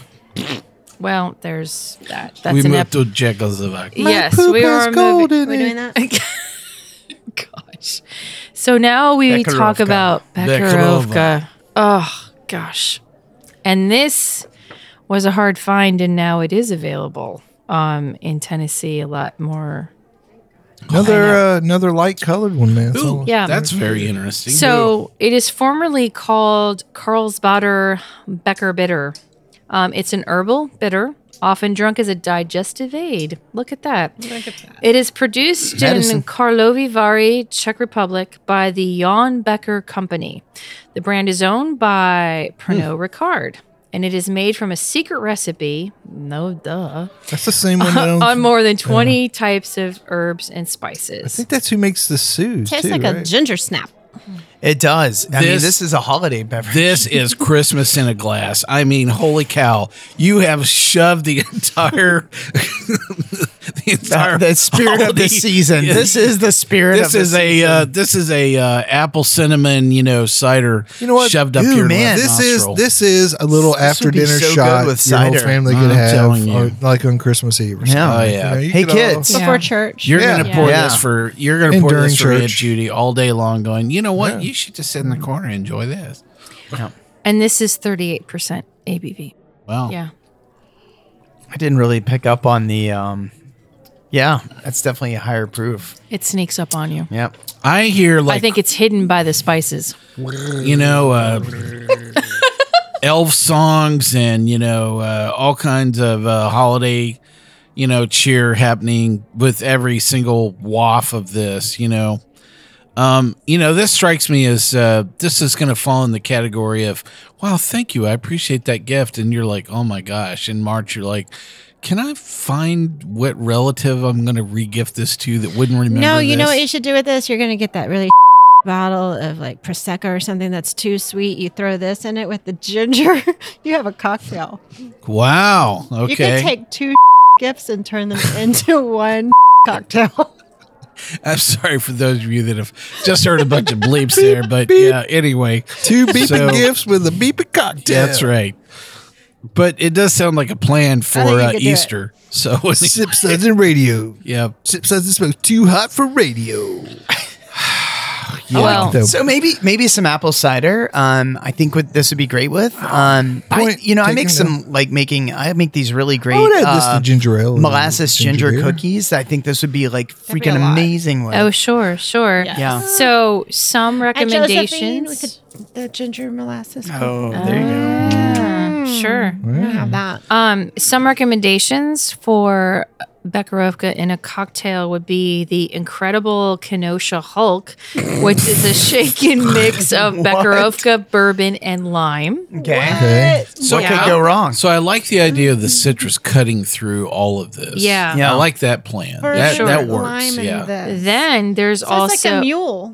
Speaker 2: Well, there's that. That's
Speaker 4: we
Speaker 2: an
Speaker 4: moved
Speaker 2: ep-
Speaker 4: to Czechoslovakia.
Speaker 2: Yes, we are
Speaker 6: We're
Speaker 2: moving.
Speaker 6: doing that.
Speaker 2: Gosh. So now we talk
Speaker 7: Bekarovka.
Speaker 2: about
Speaker 7: Bekarova.
Speaker 2: Bekarovka. Oh gosh. And this was a hard find, and now it is available. um, in Tennessee a lot more.
Speaker 5: Another uh, another light colored one, man. That's
Speaker 7: Oh,
Speaker 5: all.
Speaker 2: yeah.
Speaker 4: That's very interesting.
Speaker 2: So it is formerly called Carlsbader Becker Bitter. Um, it's an herbal bitter, often drunk as a digestive aid. Look at that. Look at that. It is produced
Speaker 6: Medicine.
Speaker 2: in Karlovy Vary, Czech Republic, by the Jan Becker Company. The brand is owned by Pernod Ricard, and it is made from a secret recipe. No, duh.
Speaker 5: That's the same one. That owns,
Speaker 2: on more than
Speaker 5: Oh. Yeah.
Speaker 2: 20 types of herbs and
Speaker 5: I
Speaker 2: spices.
Speaker 5: think that's who makes the suit.
Speaker 2: Tastes
Speaker 5: too,
Speaker 2: like a
Speaker 5: right?
Speaker 2: ginger snap.
Speaker 7: It does. I mean,
Speaker 4: This-
Speaker 7: this is a holiday beverage.
Speaker 4: This is Christmas in a glass. I mean, holy cow! You have shoved the entire, the entire
Speaker 7: the spirit of the
Speaker 4: holiday-
Speaker 7: season. This is the spirit
Speaker 4: This
Speaker 7: of the
Speaker 4: is a uh, this is a uh, apple cinnamon, you know, cider.
Speaker 5: You know what?
Speaker 4: Shoved up
Speaker 5: Ooh,
Speaker 4: your
Speaker 5: man,
Speaker 4: left
Speaker 5: this is
Speaker 4: nostril.
Speaker 5: this is a little
Speaker 7: This would
Speaker 5: after
Speaker 7: be
Speaker 5: dinner
Speaker 7: so good
Speaker 5: shot
Speaker 7: with
Speaker 5: your whole
Speaker 7: cider.
Speaker 5: family could
Speaker 4: I'm
Speaker 5: have,
Speaker 4: telling you.
Speaker 5: on- like on Christmas Eve. Or
Speaker 7: Yeah.
Speaker 5: something.
Speaker 4: Oh,
Speaker 5: You
Speaker 4: yeah.
Speaker 5: know, you
Speaker 7: Hey,
Speaker 5: could all-
Speaker 7: kids.
Speaker 6: before church.
Speaker 4: You're gonna
Speaker 6: Yeah.
Speaker 4: pour
Speaker 7: Yeah.
Speaker 4: this for you're gonna
Speaker 5: And
Speaker 4: pour
Speaker 5: during
Speaker 4: this for Aunt
Speaker 5: church.
Speaker 4: Judy all day long, going. You know what?
Speaker 5: Yeah.
Speaker 4: You should just sit in the corner and enjoy this.
Speaker 2: And this is 38% ABV.
Speaker 4: Wow.
Speaker 2: Yeah.
Speaker 7: I didn't really pick up on the. um Yeah, that's definitely a higher proof.
Speaker 2: It sneaks up on you.
Speaker 7: Yep.
Speaker 4: I hear like
Speaker 2: I think it's hidden by the spices.
Speaker 4: you know, uh, elf songs and, you know, uh, all kinds of uh, holiday, you know, cheer happening with every single waff of this, you know. Um, you know, this strikes me as uh, this is going to fall in the category of, wow, thank you. I appreciate that gift. And you're like, oh my gosh. In March, you're like, can I find what relative I'm going to regift this to that wouldn't remember?
Speaker 6: No, you know
Speaker 4: this?"
Speaker 6: what you should do with this? You're going to get that really bottle of like Prosecco or something that's too sweet. You throw this in it with the ginger. you have a cocktail.
Speaker 4: Wow. Okay.
Speaker 6: You can take two gifts and turn them into one cocktail.
Speaker 4: I'm sorry for those of you that have just heard a bunch of bleeps there, but yeah, anyway.
Speaker 5: Two beeping
Speaker 4: So-
Speaker 5: gifts with a beeping cocktail.
Speaker 4: That's right. But it does sound like a plan for
Speaker 6: think you
Speaker 4: uh,
Speaker 6: could do it.
Speaker 4: Easter. So,
Speaker 5: Sip suds and radio.
Speaker 4: yeah.
Speaker 5: Sip suds and smoke. Too hot for radio. Yeah,
Speaker 2: Well,
Speaker 5: though.
Speaker 7: So maybe maybe some apple cider. Um, I think what this would be great with. Um, I,
Speaker 5: Point
Speaker 7: you know, I
Speaker 5: taken,
Speaker 7: make some like making. I make these really great.
Speaker 5: I would add this
Speaker 7: uh,
Speaker 5: to ginger ale. and
Speaker 7: molasses ginger,
Speaker 5: beer.
Speaker 7: cookies. I think this would be like
Speaker 6: That'd be a
Speaker 7: freaking
Speaker 6: lot.
Speaker 7: amazing. With.
Speaker 2: Oh, sure, sure.
Speaker 7: Yeah.
Speaker 2: So, some
Speaker 6: And Josephine
Speaker 2: recommendations.
Speaker 6: with the, the ginger molasses.
Speaker 7: Oh, there you go.
Speaker 2: Yeah, Hmm. sure.
Speaker 6: I don't have that.
Speaker 2: Um, some recommendations for Bekarovka in a cocktail would be the incredible Kenosha Hulk, which is a shaken mix of
Speaker 7: What?
Speaker 2: Bekarovka, bourbon, and lime.
Speaker 7: Okay.
Speaker 5: Okay.
Speaker 4: So,
Speaker 7: What could go wrong?
Speaker 4: so I like the idea of the citrus cutting through all of this.
Speaker 2: Yeah.
Speaker 4: I
Speaker 7: Yeah.
Speaker 4: like that plan.
Speaker 6: For
Speaker 4: that,
Speaker 6: sure.
Speaker 4: that
Speaker 6: Lime
Speaker 4: works.
Speaker 6: and
Speaker 4: Yeah.
Speaker 6: the-
Speaker 2: Then there's
Speaker 6: So
Speaker 2: also
Speaker 6: it's like a mule.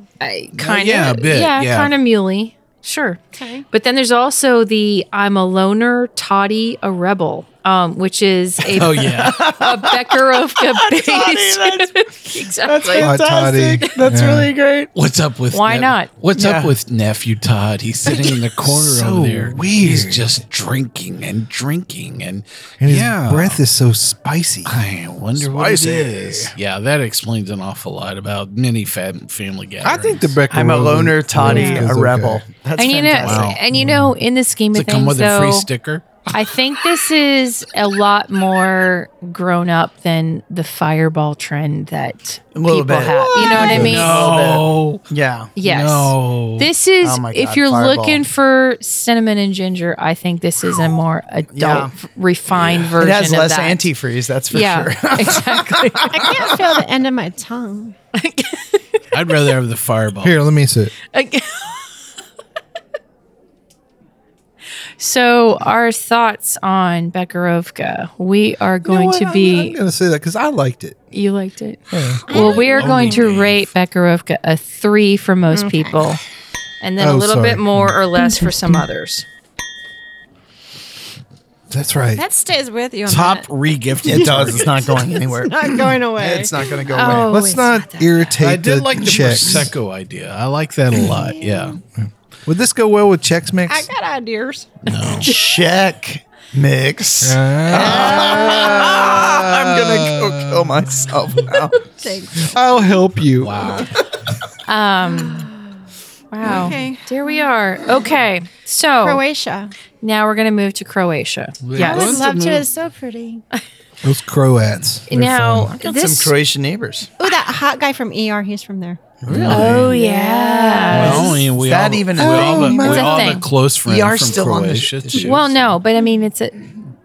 Speaker 2: kind of
Speaker 4: yeah, a bit, yeah.
Speaker 2: kind of muley. Sure.
Speaker 6: Okay.
Speaker 2: But then there's also the I'm a loner, Toddy a rebel, um, which is a,
Speaker 4: Oh, yeah.
Speaker 2: a Bekarovka based. exactly.
Speaker 5: Hot toddy.
Speaker 7: That's
Speaker 5: Yeah.
Speaker 7: really great.
Speaker 4: What's up with
Speaker 2: Why not?
Speaker 4: What's up
Speaker 7: Yeah.
Speaker 4: with nephew Todd? He's sitting in the corner
Speaker 7: So
Speaker 4: over there. He's
Speaker 7: weird.
Speaker 4: just drinking and drinking and,
Speaker 5: And his
Speaker 4: yeah.
Speaker 5: breath is so spicy.
Speaker 4: I wonder what it is. Yeah, that explains an awful lot about many fam- family
Speaker 5: I
Speaker 4: gatherings.
Speaker 5: think the Becker.
Speaker 7: I'm a
Speaker 5: Road
Speaker 7: loner,
Speaker 5: is-
Speaker 7: Toddy,
Speaker 5: is
Speaker 7: a
Speaker 5: okay.
Speaker 7: rebel. That's
Speaker 2: and you know,
Speaker 7: fantastic.
Speaker 2: and you know, in the scheme
Speaker 4: does
Speaker 2: of
Speaker 4: it come
Speaker 2: things,
Speaker 4: with a free
Speaker 2: though,
Speaker 4: sticker?
Speaker 2: I think this is a lot more grown up than the fireball trend that
Speaker 7: A little
Speaker 2: people
Speaker 7: bit.
Speaker 2: have. You know what I mean?
Speaker 4: No.
Speaker 7: Yeah.
Speaker 2: Yes.
Speaker 4: No.
Speaker 2: This is
Speaker 7: Oh my
Speaker 2: if
Speaker 7: God,
Speaker 2: you're
Speaker 7: Fireball.
Speaker 2: looking for cinnamon and ginger, I think this is a more adult,
Speaker 7: Yeah.
Speaker 2: f- refined version.
Speaker 7: It has
Speaker 2: of
Speaker 7: less
Speaker 2: that.
Speaker 7: antifreeze, that's for
Speaker 2: yeah,
Speaker 7: sure.
Speaker 2: exactly.
Speaker 6: I can't feel the end of my tongue.
Speaker 4: I'd rather have the fireball.
Speaker 5: Here, let me sit.
Speaker 2: so, our thoughts on Bekarovka. We are going to be.
Speaker 5: I'm going to say that because I liked it.
Speaker 2: You liked it. Well, we are going to rate Bekarovka a three for most people, and then a
Speaker 5: Oh,
Speaker 2: little
Speaker 5: sorry.
Speaker 2: bit more or less for some others.
Speaker 5: That's right.
Speaker 6: That stays with you. a
Speaker 4: Top
Speaker 6: minute.
Speaker 4: regifted.
Speaker 7: It does. It's not going anywhere.
Speaker 6: Not going away.
Speaker 7: It's not going to go
Speaker 2: Oh,
Speaker 7: away.
Speaker 5: Let's
Speaker 2: it's
Speaker 5: not,
Speaker 2: that
Speaker 5: irritate
Speaker 4: I did
Speaker 5: the
Speaker 4: like the
Speaker 5: checks.
Speaker 4: prosecco idea. I like that a lot. Yeah.
Speaker 5: Would this go well with checks mix?
Speaker 6: I got ideas.
Speaker 7: Check mix. I'm going to go kill myself now.
Speaker 5: I'll help you.
Speaker 4: Wow.
Speaker 2: Wow.
Speaker 6: Okay.
Speaker 2: There we are. Okay. So
Speaker 6: Croatia.
Speaker 2: now we're going to move to Croatia.
Speaker 6: I
Speaker 2: Yes.
Speaker 6: would love to. It's so pretty.
Speaker 5: Those Croats. They're
Speaker 2: Now,
Speaker 5: fun.
Speaker 2: I got some this- Croatian
Speaker 7: neighbors.
Speaker 6: Oh, that hot guy from ER. He's from there.
Speaker 7: Really?
Speaker 2: Oh yeah.
Speaker 4: Well, and we
Speaker 7: that
Speaker 4: all,
Speaker 7: even
Speaker 4: we
Speaker 7: a
Speaker 4: all,
Speaker 7: thing?
Speaker 4: the, we
Speaker 2: It's a
Speaker 4: all
Speaker 2: thing.
Speaker 4: the close friends
Speaker 7: You are
Speaker 4: from
Speaker 7: still on the
Speaker 4: Croatia.
Speaker 7: sh-
Speaker 4: too.
Speaker 2: Well, no, but I mean, it's a,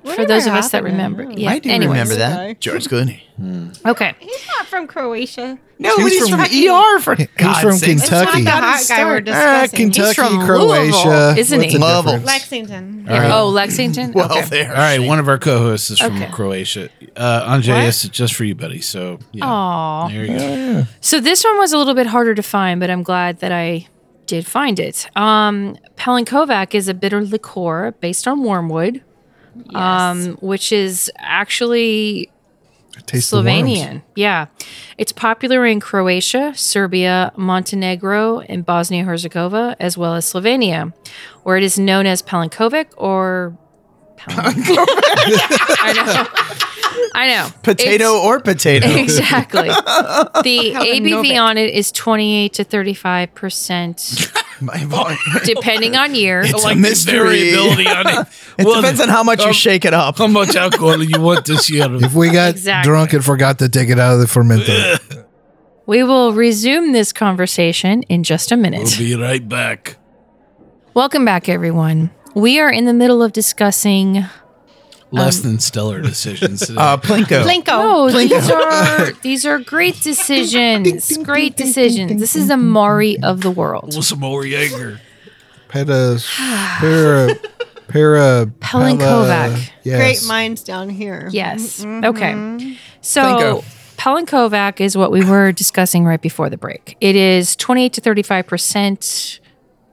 Speaker 2: for those of us that remember. Yeah.
Speaker 7: I do
Speaker 2: anyways.
Speaker 7: remember that. George Clooney.
Speaker 2: Okay.
Speaker 6: He's not from Croatia.
Speaker 7: No,
Speaker 5: He's
Speaker 7: he's,
Speaker 5: from- E
Speaker 7: from, ER for
Speaker 5: He's
Speaker 7: God's
Speaker 5: from
Speaker 7: sakes.
Speaker 5: Kentucky.
Speaker 6: The hot guy we're
Speaker 7: Ah,
Speaker 6: discussing.
Speaker 5: Kentucky,
Speaker 2: He's from
Speaker 5: Croatia.
Speaker 2: Louisville, isn't
Speaker 5: What's
Speaker 2: he?
Speaker 5: the
Speaker 7: Lovell.
Speaker 5: difference?
Speaker 6: Lexington.
Speaker 4: All right.
Speaker 2: Oh, Lexington.
Speaker 7: Well,
Speaker 2: okay.
Speaker 7: there.
Speaker 4: All right, one of our co-hosts is from
Speaker 2: Okay.
Speaker 4: Croatia. Uh, Anjay,
Speaker 2: What?
Speaker 4: this is just for you, buddy. So, yeah.
Speaker 2: Aw.
Speaker 4: There you go.
Speaker 2: So this one was a little bit harder to find, but I'm glad that I did find it. Um, Palankovac is a bitter liqueur based on wormwood, um, which is actually
Speaker 5: I taste the worms.
Speaker 2: Slovenian. Yeah. It's popular in Croatia, Serbia, Montenegro, and Bosnia Herzegovina, as well as Slovenia, where it is known as Palankovac or. Palankovac. I know. I know.
Speaker 7: Potato
Speaker 2: It's-
Speaker 7: or potato.
Speaker 2: Exactly. The
Speaker 7: Novak.
Speaker 2: ABV on it is 28 to 35 percent,
Speaker 7: My boy.
Speaker 2: depending on year.
Speaker 7: It's
Speaker 4: Like the
Speaker 7: a mystery.
Speaker 4: variability on it.
Speaker 7: It
Speaker 4: Well,
Speaker 7: depends on how much
Speaker 6: um,
Speaker 7: you shake it up.
Speaker 4: How much alcohol you want this year?
Speaker 5: If we got
Speaker 2: Exactly.
Speaker 5: drunk and forgot to take it out of the fermenter,
Speaker 2: We will resume this conversation in just a minute.
Speaker 4: We'll be right back.
Speaker 2: Welcome back, everyone. We are in the middle of discussing.
Speaker 4: Less than stellar decisions. today.
Speaker 7: Uh, Plinko.
Speaker 6: Plinko.
Speaker 2: Oh, these are these are great decisions. Great decisions. This is the Mari of the world.
Speaker 4: With some more Jaeger.
Speaker 5: para, para, para,
Speaker 2: Pelinkovac.
Speaker 5: Yes.
Speaker 6: Great minds down here.
Speaker 2: Yes.
Speaker 6: Mm-mm.
Speaker 2: Okay. So Pelinkovac is what we were discussing right before the break. It is 28 to 35%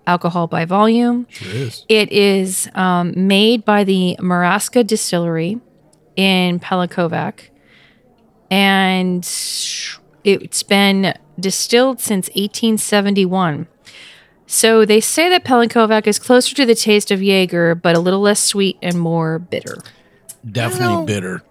Speaker 2: alcohol by volume.
Speaker 5: Sure is.
Speaker 2: It is um, made by the Maraska Distillery in Pelinkovac. And it's been distilled since 1871. So they say that Pelinkovac is closer to the taste of Jaeger, but a little less sweet and more bitter.
Speaker 4: Definitely bitter.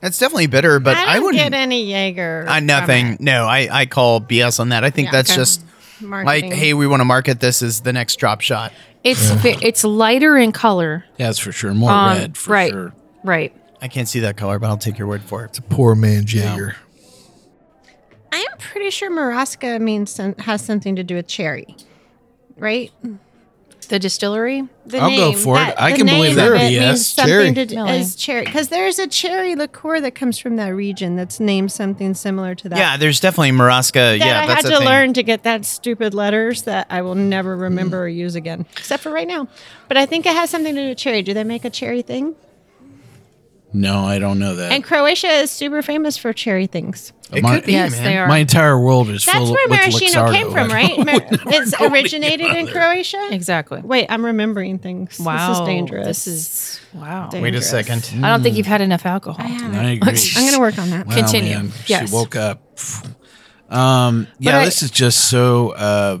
Speaker 7: That's definitely bitter, but
Speaker 6: I
Speaker 7: I,
Speaker 6: don't
Speaker 7: wouldn't.
Speaker 6: get any Jaeger.
Speaker 7: Uh,
Speaker 6: from
Speaker 7: nothing.
Speaker 6: it.
Speaker 7: No, I, I call BS on that. I think
Speaker 6: Yeah,
Speaker 7: that's
Speaker 6: okay.
Speaker 7: just
Speaker 6: Marketing.
Speaker 7: like, hey, we want to market this as the next drop shot.
Speaker 2: It's ve- it's lighter in color.
Speaker 4: Yeah, that's for sure. More
Speaker 2: Um,
Speaker 4: red, for
Speaker 2: right,
Speaker 4: sure.
Speaker 2: right.
Speaker 7: I can't see that color, but I'll take your word for it.
Speaker 5: Poor man Jaeger.
Speaker 6: I'm pretty sure Maraska means some, has something to do with cherry, right?
Speaker 2: The distillery.
Speaker 6: The
Speaker 4: I'll go for it. I
Speaker 6: the
Speaker 4: can believe
Speaker 6: name
Speaker 4: that
Speaker 6: of it
Speaker 4: BS.
Speaker 6: means something
Speaker 5: Cherry.
Speaker 6: to do
Speaker 2: Really?
Speaker 6: as cherry because there's a cherry liqueur that comes from that region that's named something similar to that.
Speaker 7: Yeah, there's definitely
Speaker 6: That
Speaker 7: Maraska. yeah,
Speaker 6: I
Speaker 7: that's
Speaker 6: had to
Speaker 7: a thing.
Speaker 6: learn to get that stupid letters that I will never remember or use again, except for right now. But I think it has something to do with cherry. Do they make a cherry thing?
Speaker 4: No, I don't know that.
Speaker 6: And Croatia is super famous for cherry things.
Speaker 7: It
Speaker 4: my,
Speaker 7: could be,
Speaker 2: yes,
Speaker 7: man.
Speaker 2: they are.
Speaker 4: my entire world is
Speaker 6: That's
Speaker 4: full
Speaker 6: where
Speaker 4: with
Speaker 6: maraschino
Speaker 4: Luxardo.
Speaker 6: came from,
Speaker 4: I
Speaker 6: right?
Speaker 4: don't
Speaker 6: Mar-
Speaker 4: know.
Speaker 6: it's originated in Croatia.
Speaker 2: exactly.
Speaker 6: Wait, I'm remembering things.
Speaker 2: Wow.
Speaker 6: This is dangerous.
Speaker 2: This is wow.
Speaker 7: Wait a
Speaker 6: dangerous.
Speaker 7: second.
Speaker 4: Mm.
Speaker 2: I don't think you've had enough alcohol.
Speaker 4: I agree.
Speaker 6: I'm going to work on that.
Speaker 4: Wow,
Speaker 2: Continue.
Speaker 4: man.
Speaker 2: Yes.
Speaker 4: She woke up. Um, yeah,
Speaker 2: I-
Speaker 4: this is just so. Uh,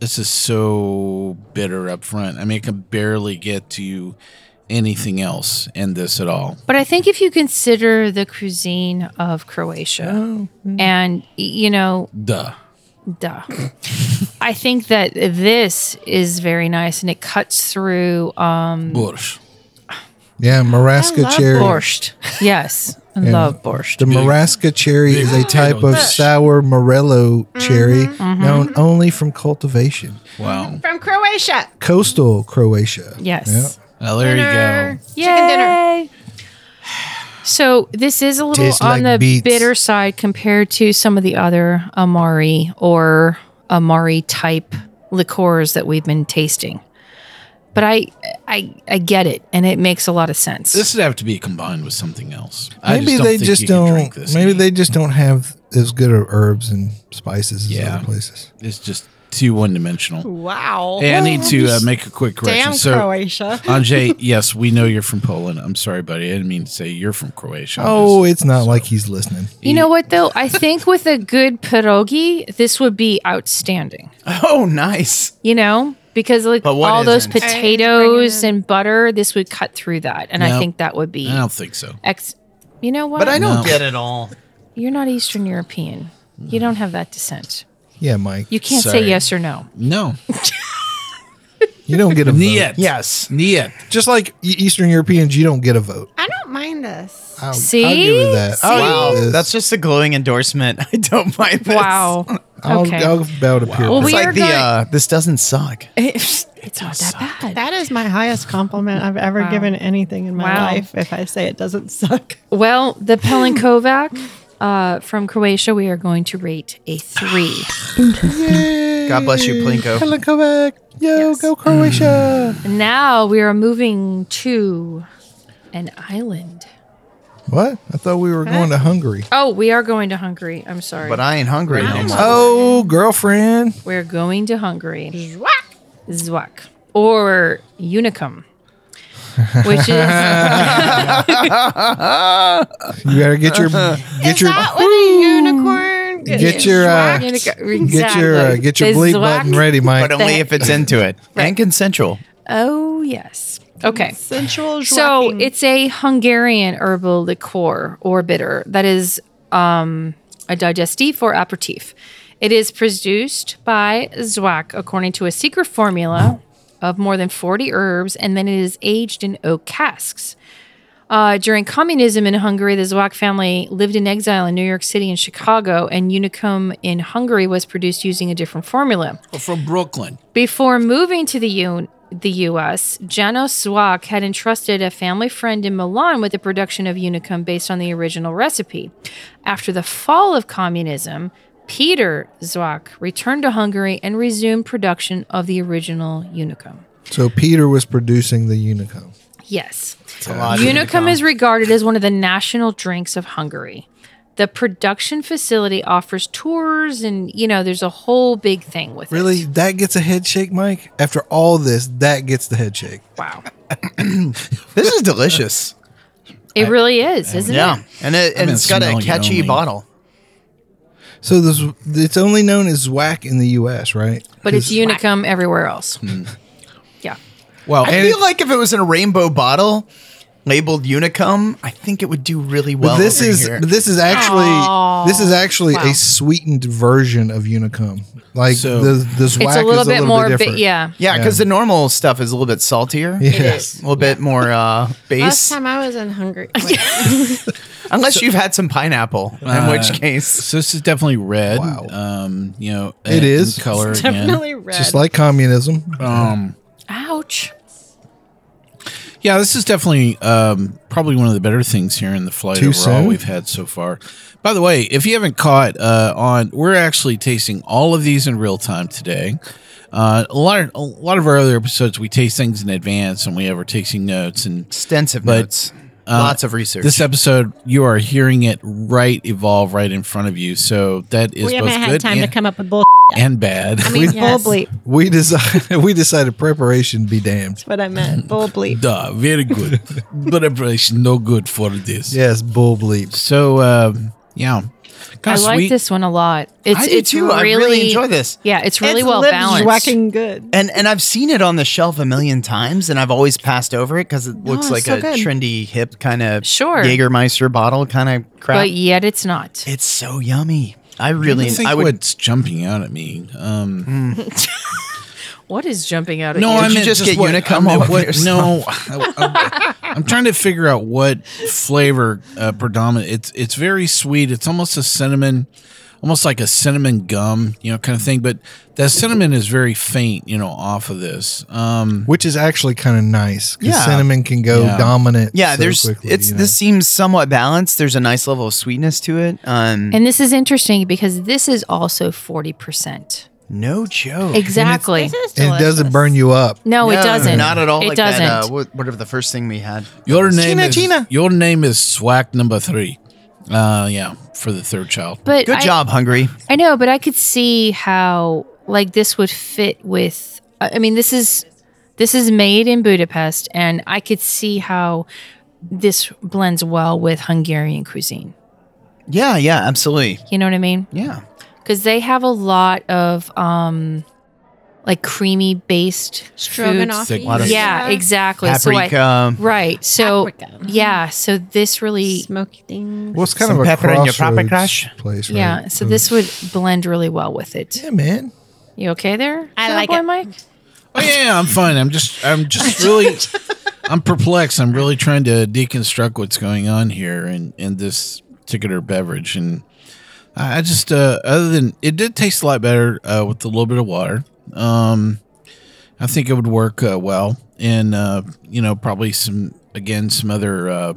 Speaker 4: this is so bitter up front. I mean, I can barely get to anything else in this at all.
Speaker 2: But I think if you consider the cuisine of Croatia,
Speaker 4: Oh, mm.
Speaker 2: and y- you know,
Speaker 4: Duh.
Speaker 2: duh, I think that this is very nice, and it cuts through um,
Speaker 4: Borscht.
Speaker 5: Yeah,
Speaker 6: I
Speaker 5: Maraska
Speaker 6: love
Speaker 5: cherry.
Speaker 2: borscht. Yes, I love borscht.
Speaker 5: The Maraska cherry is a type of sour morello cherry known only from cultivation.
Speaker 4: Wow.
Speaker 2: Mm.
Speaker 6: From Croatia.
Speaker 5: Coastal Croatia.
Speaker 2: Yes.
Speaker 4: Well, there you
Speaker 6: Dinner.
Speaker 4: go.
Speaker 6: Chicken dinner.
Speaker 2: Yay. So this is a little
Speaker 5: Tastes
Speaker 2: on the
Speaker 5: like beets.
Speaker 2: bitter side compared to some of the other Amari or Amari type liqueurs that we've been tasting. But I I I get it and it makes a lot of sense.
Speaker 4: This would have to be combined with something else. I
Speaker 5: Maybe
Speaker 4: don't
Speaker 5: they
Speaker 4: think
Speaker 5: just
Speaker 4: you can
Speaker 5: don't.
Speaker 4: drink this
Speaker 5: maybe
Speaker 4: anymore.
Speaker 5: they just don't have as good of herbs and spices as
Speaker 4: Yeah.
Speaker 5: other places.
Speaker 4: It's just too one dimensional.
Speaker 6: Wow.
Speaker 4: Hey, I need to uh, make a quick correction.
Speaker 6: Damn
Speaker 4: so,
Speaker 6: Croatia.
Speaker 4: Anjay, yes, we know you're from Poland. I'm sorry, buddy. I didn't mean to say you're from Croatia. I'm
Speaker 5: Oh, it's not like he's listening.
Speaker 2: you know what though? I think with a good pierogi, this would be outstanding.
Speaker 7: Oh, nice.
Speaker 2: You know? Because like
Speaker 7: But what
Speaker 2: all those
Speaker 7: isn't? All right,
Speaker 6: just bring it
Speaker 2: potatoes
Speaker 6: in.
Speaker 2: and butter, this would cut through that. And I
Speaker 4: No.
Speaker 2: think that would be
Speaker 4: just- I don't think so.
Speaker 2: ex you know what?
Speaker 7: But I don't
Speaker 4: No.
Speaker 7: get it all.
Speaker 2: You're not Eastern European. You don't have that descent.
Speaker 5: Yeah, Mike.
Speaker 2: You can't
Speaker 4: Sorry.
Speaker 2: say yes or no.
Speaker 4: No.
Speaker 5: You don't get a vote.
Speaker 4: Niet.
Speaker 7: Yes.
Speaker 4: Niet.
Speaker 5: Just like E- Eastern Europeans, you don't get a vote.
Speaker 6: I don't mind find us.
Speaker 5: I'll,
Speaker 2: See?
Speaker 5: I'll give her that. Oh,
Speaker 2: See? Wow.
Speaker 5: I'll, give her this.
Speaker 7: That's just a glowing endorsement. I don't mind this.
Speaker 2: Wow.
Speaker 5: I'll,
Speaker 2: okay.
Speaker 5: I'll bow to peer
Speaker 2: Well,
Speaker 7: It's
Speaker 2: we
Speaker 7: like
Speaker 2: are
Speaker 7: the
Speaker 2: going-
Speaker 7: uh, this doesn't suck.
Speaker 2: it's not that bad.
Speaker 6: That is my highest compliment I've ever
Speaker 2: Wow.
Speaker 6: given anything in my
Speaker 2: Wow.
Speaker 6: life. If I say it doesn't suck,
Speaker 2: Well, the Pelinkovac uh, from Croatia, we are going to rate a three.
Speaker 7: God bless you, Plinko.
Speaker 5: Helen Kovac. Yo, go Croatia.
Speaker 2: now we are moving to an island.
Speaker 5: What? I thought we were going to Hungary.
Speaker 2: Oh, we are going to Hungary. I'm sorry.
Speaker 7: But I ain't hungry no more.
Speaker 5: Oh, girlfriend.
Speaker 2: We're going to Hungary. Zwak. Zwak. Or Unicum. Which
Speaker 5: You better get your get your
Speaker 6: what a unicorn.
Speaker 5: get your uh,
Speaker 2: is
Speaker 5: get your uh, get your
Speaker 2: The
Speaker 5: bleep
Speaker 2: Zwak.
Speaker 5: button ready, Mike.
Speaker 7: But um, only if it's into it and consensual.
Speaker 2: Oh yes. Okay.
Speaker 6: sensual.
Speaker 2: So
Speaker 6: Zwacking.
Speaker 2: it's a Hungarian herbal liqueur or bitter that is um, a digestif or aperitif. It is produced by Zwak according to a secret formula of more than 40 herbs, and then it is aged in oak casks. Uh, during communism in Hungary, the Zwak family lived in exile in New York City and Chicago, and Unicum in Hungary was produced using a different formula.
Speaker 4: From Brooklyn.
Speaker 2: Before moving to the U- the U.S., Janos Zwak had entrusted a family friend in Milan with the production of Unicum based on the original recipe. After the fall of communism, Peter Zwak returned to Hungary and resumed production of the original Unicum.
Speaker 5: So Peter was producing the Unicum.
Speaker 2: Yes.
Speaker 7: a lot of
Speaker 2: Unicum is regarded as one of the national drinks of Hungary. The production facility offers tours, and you know, there's a whole big thing with it.
Speaker 5: Really, that gets a head shake, Mike. After all this, that gets the head shake.
Speaker 2: Wow.
Speaker 7: This is delicious.
Speaker 2: It really is, isn't it?
Speaker 7: yeah. And, it, and
Speaker 4: been
Speaker 7: it's got a
Speaker 4: smelling it
Speaker 7: catchy
Speaker 4: only.
Speaker 7: bottle.
Speaker 5: So this it's only known as Zwack in the U.S., right?
Speaker 2: but it's Unicum everywhere else.
Speaker 7: Hmm.
Speaker 2: Yeah.
Speaker 4: Well,
Speaker 7: I
Speaker 4: and
Speaker 7: feel like if it was in a rainbow bottle labeled Unicum, I think it would do really
Speaker 5: But
Speaker 7: well.
Speaker 5: this
Speaker 7: over
Speaker 5: is
Speaker 7: here.
Speaker 5: but this is actually
Speaker 2: Oh,
Speaker 5: this is actually
Speaker 2: wow.
Speaker 5: a sweetened version of Unicum. Like
Speaker 4: So-
Speaker 5: the the Zwack
Speaker 2: it's a little
Speaker 5: is
Speaker 2: bit more,
Speaker 5: different.
Speaker 2: bit, yeah.
Speaker 7: yeah, because the normal stuff is a little bit saltier.
Speaker 5: Yes.
Speaker 7: A little bit more uh,
Speaker 6: last
Speaker 7: base,
Speaker 6: time I was in Hungary.
Speaker 7: unless you've had some pineapple, in which case
Speaker 4: so this is definitely red.
Speaker 5: Wow.
Speaker 4: Um, you know,
Speaker 5: It
Speaker 4: in- in
Speaker 5: is.
Speaker 4: color again.
Speaker 6: definitely red.
Speaker 5: Just like communism.
Speaker 4: Um,
Speaker 2: Ouch.
Speaker 4: yeah, this is definitely um, probably one of the better things here in the flight
Speaker 5: Too
Speaker 4: overall
Speaker 5: soon?
Speaker 4: we've had so far. By the way, if you haven't caught uh, on, we're actually tasting all of these in real time today. Uh, a lot, a lot of our other episodes, we taste things in advance, and we have our tasting notes and
Speaker 7: extensive
Speaker 4: But, uh,
Speaker 7: notes, lots of research.
Speaker 4: This episode, you are hearing it right evolve right in front of you. So that is
Speaker 6: we
Speaker 4: both
Speaker 6: haven't had
Speaker 4: good
Speaker 6: time
Speaker 4: and,
Speaker 6: to come up with bull.
Speaker 4: and bad.
Speaker 6: I mean, bull bleep.
Speaker 5: We decided we decided preparation be damned.
Speaker 6: What I meant, bull bleep.
Speaker 4: Duh, very good. but operation no good for this.
Speaker 5: Yes, bull bleeps.
Speaker 4: So um, yeah,
Speaker 2: I
Speaker 4: Kinda
Speaker 2: like
Speaker 4: sweet.
Speaker 2: this one a lot. It's,
Speaker 7: I do
Speaker 2: it's
Speaker 7: too. I
Speaker 2: Really,
Speaker 7: really enjoy this.
Speaker 2: Yeah, it's really
Speaker 6: It's
Speaker 2: well
Speaker 6: lip
Speaker 2: balanced.
Speaker 6: Zwacking good.
Speaker 7: And and I've seen it on the shelf a million times, and I've always passed over it because it looks
Speaker 6: it's
Speaker 7: like
Speaker 6: so
Speaker 7: a
Speaker 6: good.
Speaker 7: trendy, hip kind of
Speaker 2: Sure.
Speaker 7: Jägermeister bottle kind of crap.
Speaker 2: But yet it's not.
Speaker 7: it's so yummy. I
Speaker 4: I
Speaker 7: really,
Speaker 4: think
Speaker 7: I would.
Speaker 4: what's jumping out at me. Um,
Speaker 2: What is jumping out at
Speaker 4: no,
Speaker 2: you?
Speaker 4: I
Speaker 7: you
Speaker 4: mean
Speaker 7: just get
Speaker 4: what,
Speaker 7: Unicum
Speaker 4: I meant
Speaker 7: all over
Speaker 4: what- No,
Speaker 7: yourself?
Speaker 4: I, am trying to figure out what flavor uh, predominant. It's it's very sweet. It's almost a cinnamon, almost like a cinnamon gum, you know, kind of thing. But that cinnamon is very faint, you know, off of this. Um,
Speaker 5: Which is actually kind of nice. 'cause
Speaker 7: Yeah.
Speaker 5: cinnamon can go
Speaker 4: Yeah.
Speaker 5: dominant.
Speaker 7: Yeah,
Speaker 5: so
Speaker 7: there's.
Speaker 5: quickly,
Speaker 7: it's
Speaker 5: you know.
Speaker 7: this seems somewhat balanced. There's a nice level of sweetness to it. Um,
Speaker 2: And this is interesting because this is also 40%.
Speaker 7: no joke.
Speaker 2: Exactly.
Speaker 6: This is
Speaker 5: and it doesn't
Speaker 6: delicious.
Speaker 5: burn you up.
Speaker 2: No, it doesn't.
Speaker 7: Not at all.
Speaker 2: It
Speaker 7: like
Speaker 2: doesn't.
Speaker 7: That, uh, what, whatever the first thing we had.
Speaker 4: your name
Speaker 7: Tina,
Speaker 4: is
Speaker 7: Tina.
Speaker 4: your name is Swack number three. Uh, yeah, for the third child.
Speaker 2: but
Speaker 7: Good
Speaker 2: I-
Speaker 7: job, Hungry.
Speaker 2: I know, but I could see how like this would fit with. I I mean, this is this is made in Budapest, and I could see how this blends well with Hungarian cuisine.
Speaker 7: Yeah, yeah, absolutely.
Speaker 2: You know what I mean?
Speaker 7: Yeah.
Speaker 2: Because they have a lot of um, like creamy based
Speaker 6: stroganoff.
Speaker 4: Thick water.
Speaker 2: Foods. Yeah, exactly. So
Speaker 7: Paprika.
Speaker 2: I, right. So
Speaker 6: Paprika.
Speaker 2: yeah. So this really.
Speaker 6: Smoky things.
Speaker 5: Well, it's kind
Speaker 7: Some
Speaker 5: of a
Speaker 7: pepper in your proper
Speaker 5: crossroads
Speaker 7: crush?
Speaker 5: place. Right? Mm.
Speaker 2: Yeah, so this would blend really well with it.
Speaker 5: Yeah, man.
Speaker 2: You okay there?
Speaker 6: I like
Speaker 2: Cowboy
Speaker 6: it.
Speaker 2: Mike.
Speaker 4: Oh yeah, I'm fine. I'm just I'm just really I'm perplexed. I'm really trying to deconstruct what's going on here in, in this particular beverage. And I I just, uh, other than it did taste a lot better uh, with a little bit of water. Um, I think it would work uh, well. And, uh, you know, probably some, again, some other uh,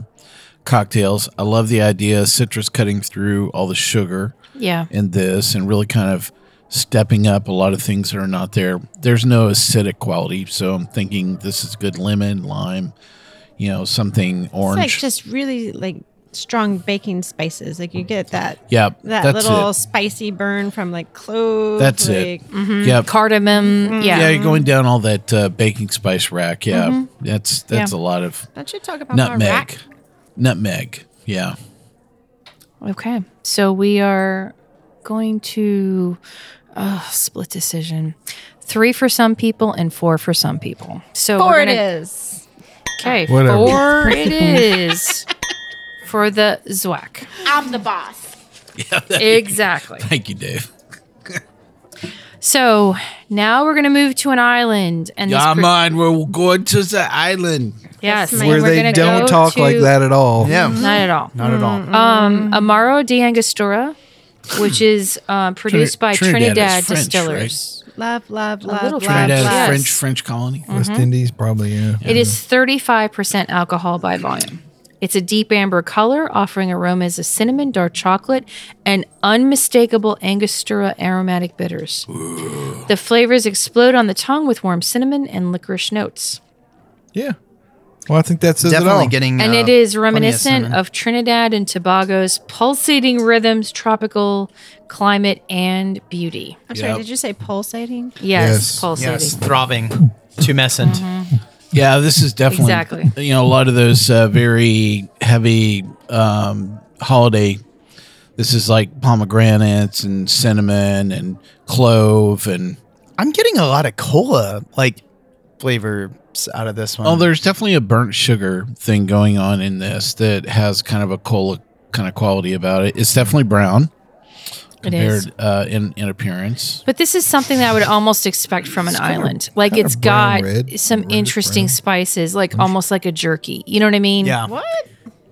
Speaker 4: cocktails. I love the idea of citrus cutting through all the sugar
Speaker 2: Yeah.
Speaker 4: in this and really kind of stepping up a lot of things that are not there. There's no acidic quality, so I'm thinking this is good lemon, lime, you know, something
Speaker 6: It's
Speaker 4: orange.
Speaker 6: like just really like strong baking spices. Like you get that.
Speaker 4: Yeah,
Speaker 6: That
Speaker 4: that's
Speaker 6: little
Speaker 4: it.
Speaker 6: spicy burn from like cloves.
Speaker 4: That's
Speaker 6: like, mm-hmm.
Speaker 4: it. Yep.
Speaker 2: Cardamom.
Speaker 5: Mm-hmm.
Speaker 2: Yeah.
Speaker 4: yeah, you're going down all that uh, baking spice rack. Yeah,
Speaker 6: Mhm.
Speaker 4: that's that's
Speaker 2: Yeah.
Speaker 4: a lot of
Speaker 6: Don't you talk about my
Speaker 4: nutmeg.
Speaker 6: rack?
Speaker 4: Nutmeg. Yeah.
Speaker 2: Okay. So we are going to uh, split decision. Three for some people and four for some people. So
Speaker 6: Four
Speaker 2: we're
Speaker 6: it
Speaker 2: gonna-
Speaker 6: is.
Speaker 2: Okay.
Speaker 6: Whatever.
Speaker 2: Four it is for the Zwack.
Speaker 8: I'm the boss.
Speaker 2: Exactly.
Speaker 4: Thank you, Dave.
Speaker 2: So now we're going to move to an island. And this
Speaker 4: Yeah,
Speaker 2: per-
Speaker 4: man, we're going to the island.
Speaker 2: Yes, and
Speaker 5: where
Speaker 2: we're
Speaker 5: they
Speaker 2: gonna
Speaker 5: don't
Speaker 2: go
Speaker 5: talk like
Speaker 2: to-
Speaker 5: that at all.
Speaker 7: Yeah.
Speaker 2: Not at all.
Speaker 7: Not at all.
Speaker 2: Um, Amaro de Angostura, which is uh, produced by
Speaker 4: Trinidad is
Speaker 2: Trinidad,
Speaker 4: French,
Speaker 2: Distillers.
Speaker 6: Love, love, love,
Speaker 2: little
Speaker 6: love,
Speaker 4: Trinidad is
Speaker 6: love.
Speaker 4: French French colony.
Speaker 6: Mm-hmm.
Speaker 5: West
Speaker 2: Mhm.
Speaker 5: Indies, probably. Yeah.
Speaker 2: It is 35% alcohol by volume. It's a deep amber color, offering aromas of cinnamon, dark chocolate, and unmistakable Angostura aromatic bitters. The flavors explode on the tongue with warm cinnamon and licorice notes.
Speaker 5: Yeah. Well, I think that says it
Speaker 7: Definitely
Speaker 5: all.
Speaker 7: getting
Speaker 2: and
Speaker 7: uh,
Speaker 2: it is
Speaker 7: plenty of
Speaker 2: reminiscent
Speaker 7: cinnamon.
Speaker 2: of Trinidad and Tobago's pulsating rhythms, tropical climate, and beauty.
Speaker 6: I'm sorry,
Speaker 7: Yep.
Speaker 6: did you say pulsating?
Speaker 2: Yes,
Speaker 5: Yes.
Speaker 2: pulsating.
Speaker 7: yes, throbbing, tumescent.
Speaker 2: Mm-hmm.
Speaker 4: Yeah, this is definitely
Speaker 2: Exactly.
Speaker 4: You know, a lot of those uh, very heavy um, holiday. This is like pomegranates and cinnamon and clove and
Speaker 7: I'm getting a lot of cola like flavors out of this one.
Speaker 4: oh, there's definitely a burnt sugar thing going on in this that has kind of a cola kind of quality about it. It's definitely brown
Speaker 2: It is.
Speaker 4: compared uh, in in appearance.
Speaker 2: But this is something that I would almost expect from an island. Like
Speaker 5: kinda
Speaker 2: it's
Speaker 5: brown,
Speaker 2: got
Speaker 5: red,
Speaker 2: some interesting spices, like almost like a jerky. You know what I mean?
Speaker 7: Yeah.
Speaker 6: What?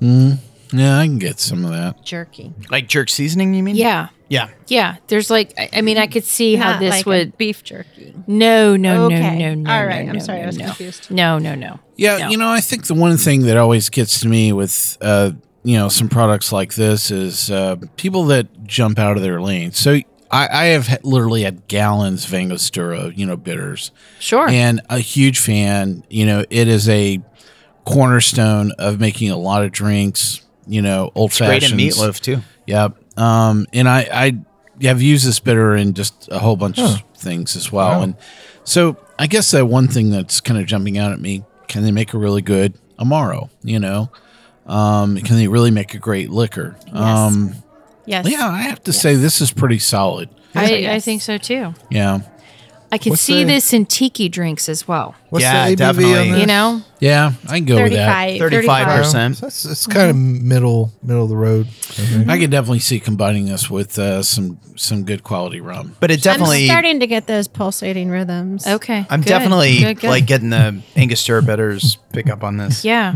Speaker 4: Mm, yeah, I can get some of that.
Speaker 6: Jerky.
Speaker 7: Like jerk seasoning, you mean?
Speaker 2: Yeah.
Speaker 7: Yeah.
Speaker 2: Yeah. There's like, I, I mean, I could see how
Speaker 6: Not
Speaker 2: this
Speaker 6: like a
Speaker 2: would.
Speaker 6: beef jerky.
Speaker 2: No, no,
Speaker 6: Okay.
Speaker 2: no, no, no.
Speaker 6: All right,
Speaker 2: no,
Speaker 6: I'm sorry,
Speaker 2: no,
Speaker 6: I was
Speaker 2: no.
Speaker 6: confused.
Speaker 2: No, no, no.
Speaker 4: Yeah,
Speaker 2: No.
Speaker 4: you know, I think the one thing that always gets to me with uh, you know some products like this is uh, people that jump out of their lane. So I, I have ha- literally had gallons of Angostura, you know, bitters,
Speaker 2: Sure.
Speaker 4: and a huge fan. You know, it is a cornerstone of making a lot of drinks. You know, old
Speaker 7: It's great
Speaker 4: fashioned
Speaker 7: in meatloaf too.
Speaker 4: Yep. Um, and I, I have used this bitter in just a whole bunch
Speaker 5: Huh.
Speaker 4: of things as well. And so I guess that one thing that's kind of jumping out at me, can they make a really good Amaro, you know? Um, can they really make a great liquor? Um,
Speaker 2: Yes.
Speaker 4: yeah, I have to say this is pretty solid.
Speaker 2: I, I
Speaker 6: Yes.
Speaker 2: think so too.
Speaker 4: Yeah.
Speaker 2: I could
Speaker 5: What's
Speaker 2: see
Speaker 5: the-
Speaker 2: this in tiki drinks as well.
Speaker 5: What's
Speaker 7: Yeah,
Speaker 5: the ABV
Speaker 7: definitely.
Speaker 5: on this?
Speaker 2: You know?
Speaker 4: Yeah, I can go with that.
Speaker 6: 35.
Speaker 7: 35%.
Speaker 5: So that's, that's kind of middle middle of the road. I think.
Speaker 4: I could definitely see combining this with uh, some some good quality rum.
Speaker 7: But it
Speaker 6: I'm
Speaker 7: definitely I'm,
Speaker 6: starting to get those pulsating rhythms.
Speaker 2: Okay. good,
Speaker 7: definitely
Speaker 2: good, good.
Speaker 7: like getting the Angostura bitters pick up on this.
Speaker 2: Yeah.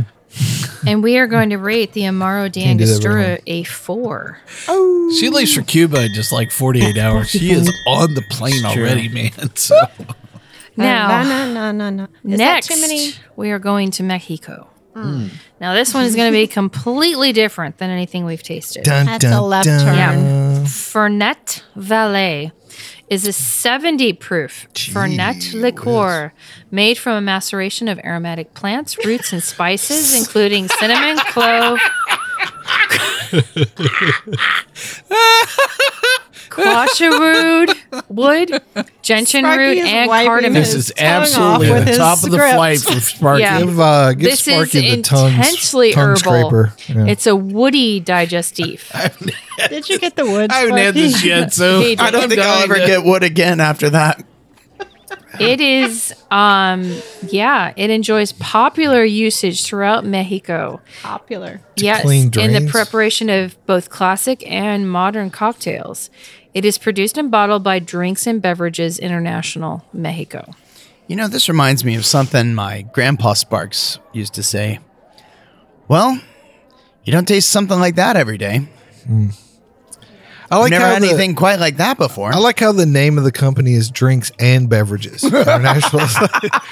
Speaker 2: and we are going to rate the Amaro de
Speaker 5: Can't do that very
Speaker 2: Angostura a four.
Speaker 6: Uh,
Speaker 4: She leaves for Cuba in just like 48 hours. She is on the plane
Speaker 7: true.
Speaker 4: already, man. So
Speaker 2: Now,
Speaker 6: Uh, no, no, no, no, no. Is
Speaker 2: next,
Speaker 6: that too many?
Speaker 2: we are going to Mexico.
Speaker 6: Hmm.
Speaker 2: Now, this one is going to be completely different than anything we've tasted.
Speaker 5: Dun,
Speaker 6: That's a left turn.
Speaker 2: Yeah. Fernet Valet is a 70 proof Fernet liqueur made from a maceration of aromatic plants, roots, and spices, including cinnamon, clove, quasharood, wood, gentian
Speaker 6: Sparky
Speaker 2: root,
Speaker 6: is
Speaker 2: and
Speaker 6: wiping
Speaker 2: cardamom.
Speaker 4: this is
Speaker 6: Tongue off
Speaker 4: absolutely
Speaker 6: with
Speaker 4: the
Speaker 6: his
Speaker 4: top of the
Speaker 6: script.
Speaker 4: flight from Sparky.
Speaker 2: Yeah.
Speaker 5: Give, uh, give
Speaker 2: This is
Speaker 5: Sparky the tongue,
Speaker 2: intensely
Speaker 5: tongue
Speaker 2: herbal.
Speaker 5: scraper. Yeah.
Speaker 2: It's a woody digestif.
Speaker 6: Did you get the wood?
Speaker 4: I haven't had this
Speaker 6: Sparky?
Speaker 4: yet, so
Speaker 2: He did.
Speaker 7: I don't think I'll ever
Speaker 4: dying to-
Speaker 7: get wood again after that.
Speaker 2: It is, um, yeah, it enjoys popular usage throughout Mexico.
Speaker 6: Popular.
Speaker 2: yes,
Speaker 5: clean
Speaker 2: in the
Speaker 5: drains?
Speaker 2: preparation of both classic and modern cocktails. It is produced and bottled by Drinks and Beverages International, Mexico.
Speaker 7: You know, this reminds me of something my grandpa Sparks used to say. Well, you don't taste something like that every day.
Speaker 5: I like
Speaker 7: never
Speaker 5: how
Speaker 7: had
Speaker 5: the-
Speaker 7: anything quite like that before.
Speaker 5: I like how the name of the company is Drinks and Beverages International. it's like,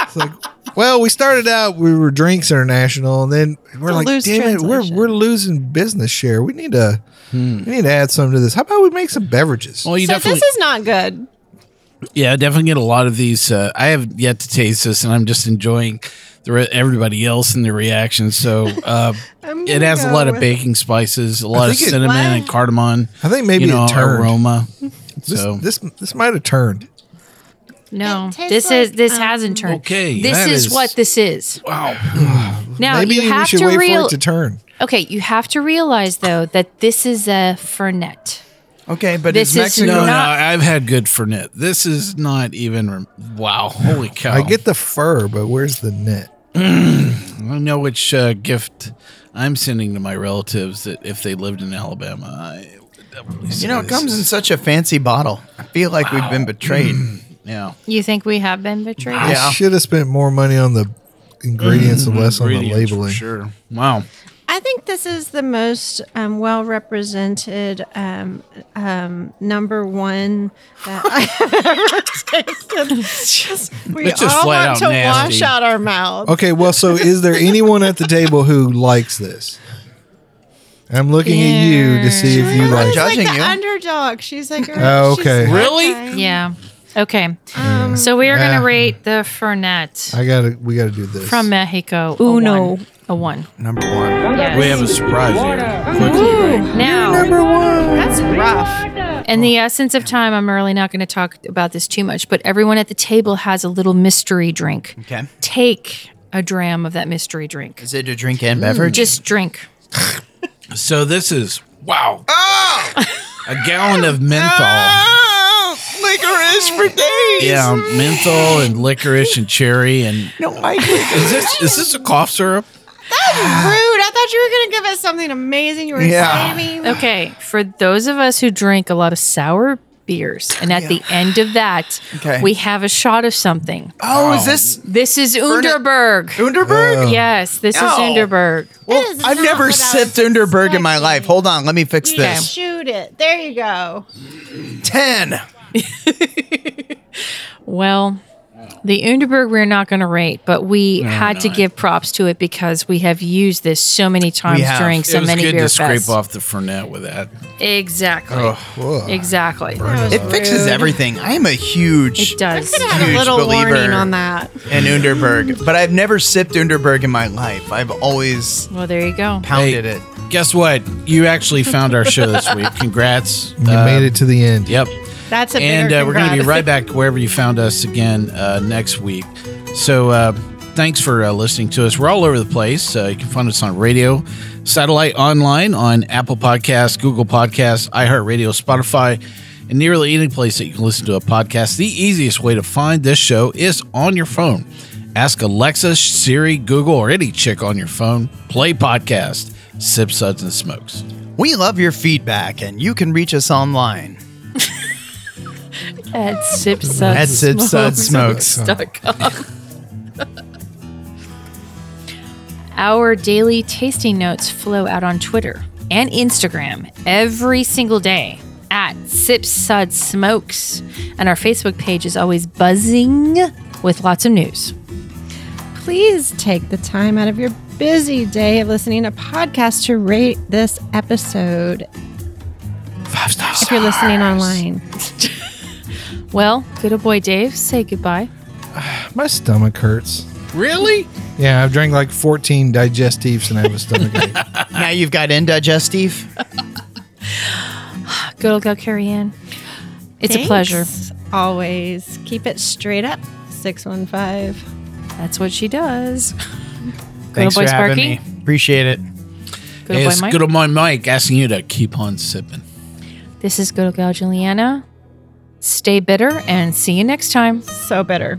Speaker 5: it's like, well, we started out we were Drinks International, and then we're
Speaker 6: Don't
Speaker 5: like,
Speaker 6: lose
Speaker 5: damn it, we're we're losing business share. We need to we need to add something to this. How about we make some beverages?
Speaker 4: Hmm. Well, you
Speaker 6: So
Speaker 4: definitely,
Speaker 6: this is not good.
Speaker 4: yeah, I definitely get a lot of these. Uh, I have yet to taste this, and I'm just enjoying the re- everybody else and their reactions. So uh,
Speaker 6: I'm
Speaker 4: it
Speaker 6: gonna
Speaker 4: has a
Speaker 6: go
Speaker 4: lot of
Speaker 6: with-
Speaker 4: baking spices, a lot of
Speaker 5: think it-
Speaker 4: cinnamon and cardamom.
Speaker 5: I think maybe
Speaker 4: you know,
Speaker 5: it turned.
Speaker 4: aroma.
Speaker 5: This
Speaker 4: So
Speaker 5: this this might have turned.
Speaker 2: No, this is this hasn't turned.
Speaker 4: Okay,
Speaker 2: this
Speaker 4: that
Speaker 2: is,
Speaker 4: is-
Speaker 2: what this is.
Speaker 4: wow.
Speaker 2: Now
Speaker 5: maybe
Speaker 2: you
Speaker 5: we
Speaker 2: have
Speaker 5: should
Speaker 2: to
Speaker 5: wait for
Speaker 2: real.
Speaker 5: it to turn.
Speaker 2: okay, you have to realize though that this is a fernet.
Speaker 7: Okay, but
Speaker 2: This
Speaker 7: is
Speaker 2: is
Speaker 7: Mexico
Speaker 4: no, no,
Speaker 2: not-
Speaker 4: I've had good fernet. This is not even. Rem- wow, holy cow!
Speaker 5: I get the fur, but where's the net?
Speaker 4: I know which uh, gift I'm sending to my relatives that if they lived in Alabama, I would definitely
Speaker 7: You
Speaker 4: send
Speaker 7: know, it
Speaker 4: this.
Speaker 7: comes in such a fancy bottle. I feel like we've been betrayed.
Speaker 4: Yeah.
Speaker 2: You think we have been betrayed?
Speaker 7: Yeah.
Speaker 5: I should have spent more money on the ingredients and less on the
Speaker 4: Mm-hmm. Ingredients, for
Speaker 5: labeling.
Speaker 4: Sure. Wow.
Speaker 6: I think this is the most um, well represented um, um, number one that I ever tasted. It's just- we
Speaker 4: It's just
Speaker 6: all
Speaker 4: flat
Speaker 6: want
Speaker 4: out
Speaker 6: to wash
Speaker 4: nasty.
Speaker 6: out our mouths.
Speaker 5: Okay, well, so is there anyone at the table who likes this? I'm looking at you to see if you
Speaker 6: She's
Speaker 5: like it.
Speaker 7: Judge- Judging
Speaker 6: like the
Speaker 7: you.
Speaker 6: underdog. She's like,
Speaker 5: Oh, okay.
Speaker 4: Really?
Speaker 2: Yeah. Okay. so we are
Speaker 5: Yeah.
Speaker 2: going to rate the Fernet
Speaker 5: I gotta, we gotta do this.
Speaker 2: from Mexico.
Speaker 6: Ooh,
Speaker 2: a
Speaker 6: no.
Speaker 2: one. A one.
Speaker 7: Number one.
Speaker 2: Yes.
Speaker 4: We have a surprise here. Quickly, right?
Speaker 2: Now,
Speaker 6: That's rough.
Speaker 2: in the essence of time, I'm really not going to talk about this too much, but everyone at the table has a little mystery drink.
Speaker 7: Okay.
Speaker 2: Take a dram of that mystery drink.
Speaker 7: Is it a drink and beverage?
Speaker 2: Just drink.
Speaker 4: So this is wow. A gallon of menthol.
Speaker 7: licorice for days.
Speaker 4: Yeah, menthol and licorice and cherry and
Speaker 7: No, I.
Speaker 4: is this is this a cough syrup?
Speaker 6: Rude. I thought you were going to give us something amazing. You were
Speaker 7: Yeah.
Speaker 6: saving.
Speaker 2: Okay. For those of us who drink a lot of sour beers, and at the end of that,
Speaker 7: Okay.
Speaker 2: we have a shot of something.
Speaker 7: Oh, is this
Speaker 2: This is Underberg.
Speaker 7: Underberg?
Speaker 2: Yes, this is
Speaker 7: No.
Speaker 2: Underberg.
Speaker 7: well, I've never sipped Underberg in my life. Hold on, let me fix
Speaker 2: Yeah.
Speaker 7: this.
Speaker 6: Shoot it. There you go.
Speaker 7: Ten.
Speaker 2: Well, the Underberg we're not going to rate, but we had to
Speaker 4: no.
Speaker 2: give props to it because we have used this so many times
Speaker 7: have.
Speaker 2: during so
Speaker 4: it was
Speaker 2: many
Speaker 4: good
Speaker 2: beer
Speaker 4: to
Speaker 2: fests.
Speaker 4: scrape off the fernet with that.
Speaker 2: Exactly. Exactly.
Speaker 7: It fixes everything. I am a huge
Speaker 2: It does.
Speaker 6: Could have had a
Speaker 7: Huge
Speaker 6: little warning
Speaker 7: believer.
Speaker 6: on that.
Speaker 7: in Underberg, but I've never sipped Underberg in my life. I've always
Speaker 2: Well, there you go.
Speaker 7: pounded it.
Speaker 4: Guess what? You actually found our show this week. Congrats.
Speaker 5: You made
Speaker 4: Um,
Speaker 5: it to the end.
Speaker 4: Yep.
Speaker 6: That's a
Speaker 4: And
Speaker 6: bigger
Speaker 4: uh, we're going to be
Speaker 6: congrats.
Speaker 4: right back wherever you found us again uh, next week. So uh, thanks for uh, listening to us. We're all over the place. Uh, you can find us on radio, satellite, online, on Apple Podcasts, Google Podcasts, iHeartRadio, Spotify, and nearly any place that you can listen to a podcast. The easiest way to find this show is on your phone. Ask Alexa, Siri, Google, or any chick on your phone. Play podcast, sip suds and smokes.
Speaker 7: We love your feedback, and you can reach us online.
Speaker 2: At Sip Suds.
Speaker 7: At Sip Suds
Speaker 2: Our daily tasting notes flow out on Twitter and Instagram every single day at Sip Sud Smokes. And our Facebook page is always buzzing with lots of news.
Speaker 6: Please take the time out of your busy day of listening to podcasts to rate this episode. Five stars. If you're listening online.
Speaker 2: Well, good old boy Dave, say goodbye.
Speaker 5: My stomach hurts.
Speaker 4: Really?
Speaker 5: Yeah, I've drank like 14 digestives and I have a stomach ache.
Speaker 7: now you've got indigestive.
Speaker 2: Good old gal Carrie Ann. It's a pleasure.
Speaker 6: Thanks, Always keep it straight up. 615.
Speaker 2: That's what she does.
Speaker 7: Thanks
Speaker 2: boy,
Speaker 7: for having
Speaker 2: Sparky.
Speaker 7: me. Appreciate it.
Speaker 2: Good
Speaker 4: Hey,
Speaker 2: old
Speaker 4: it's
Speaker 2: boy Mike.
Speaker 4: good on my mic asking you to keep on sipping.
Speaker 2: This is good old gal Juliana. Stay bitter and see you next time.
Speaker 6: So bitter.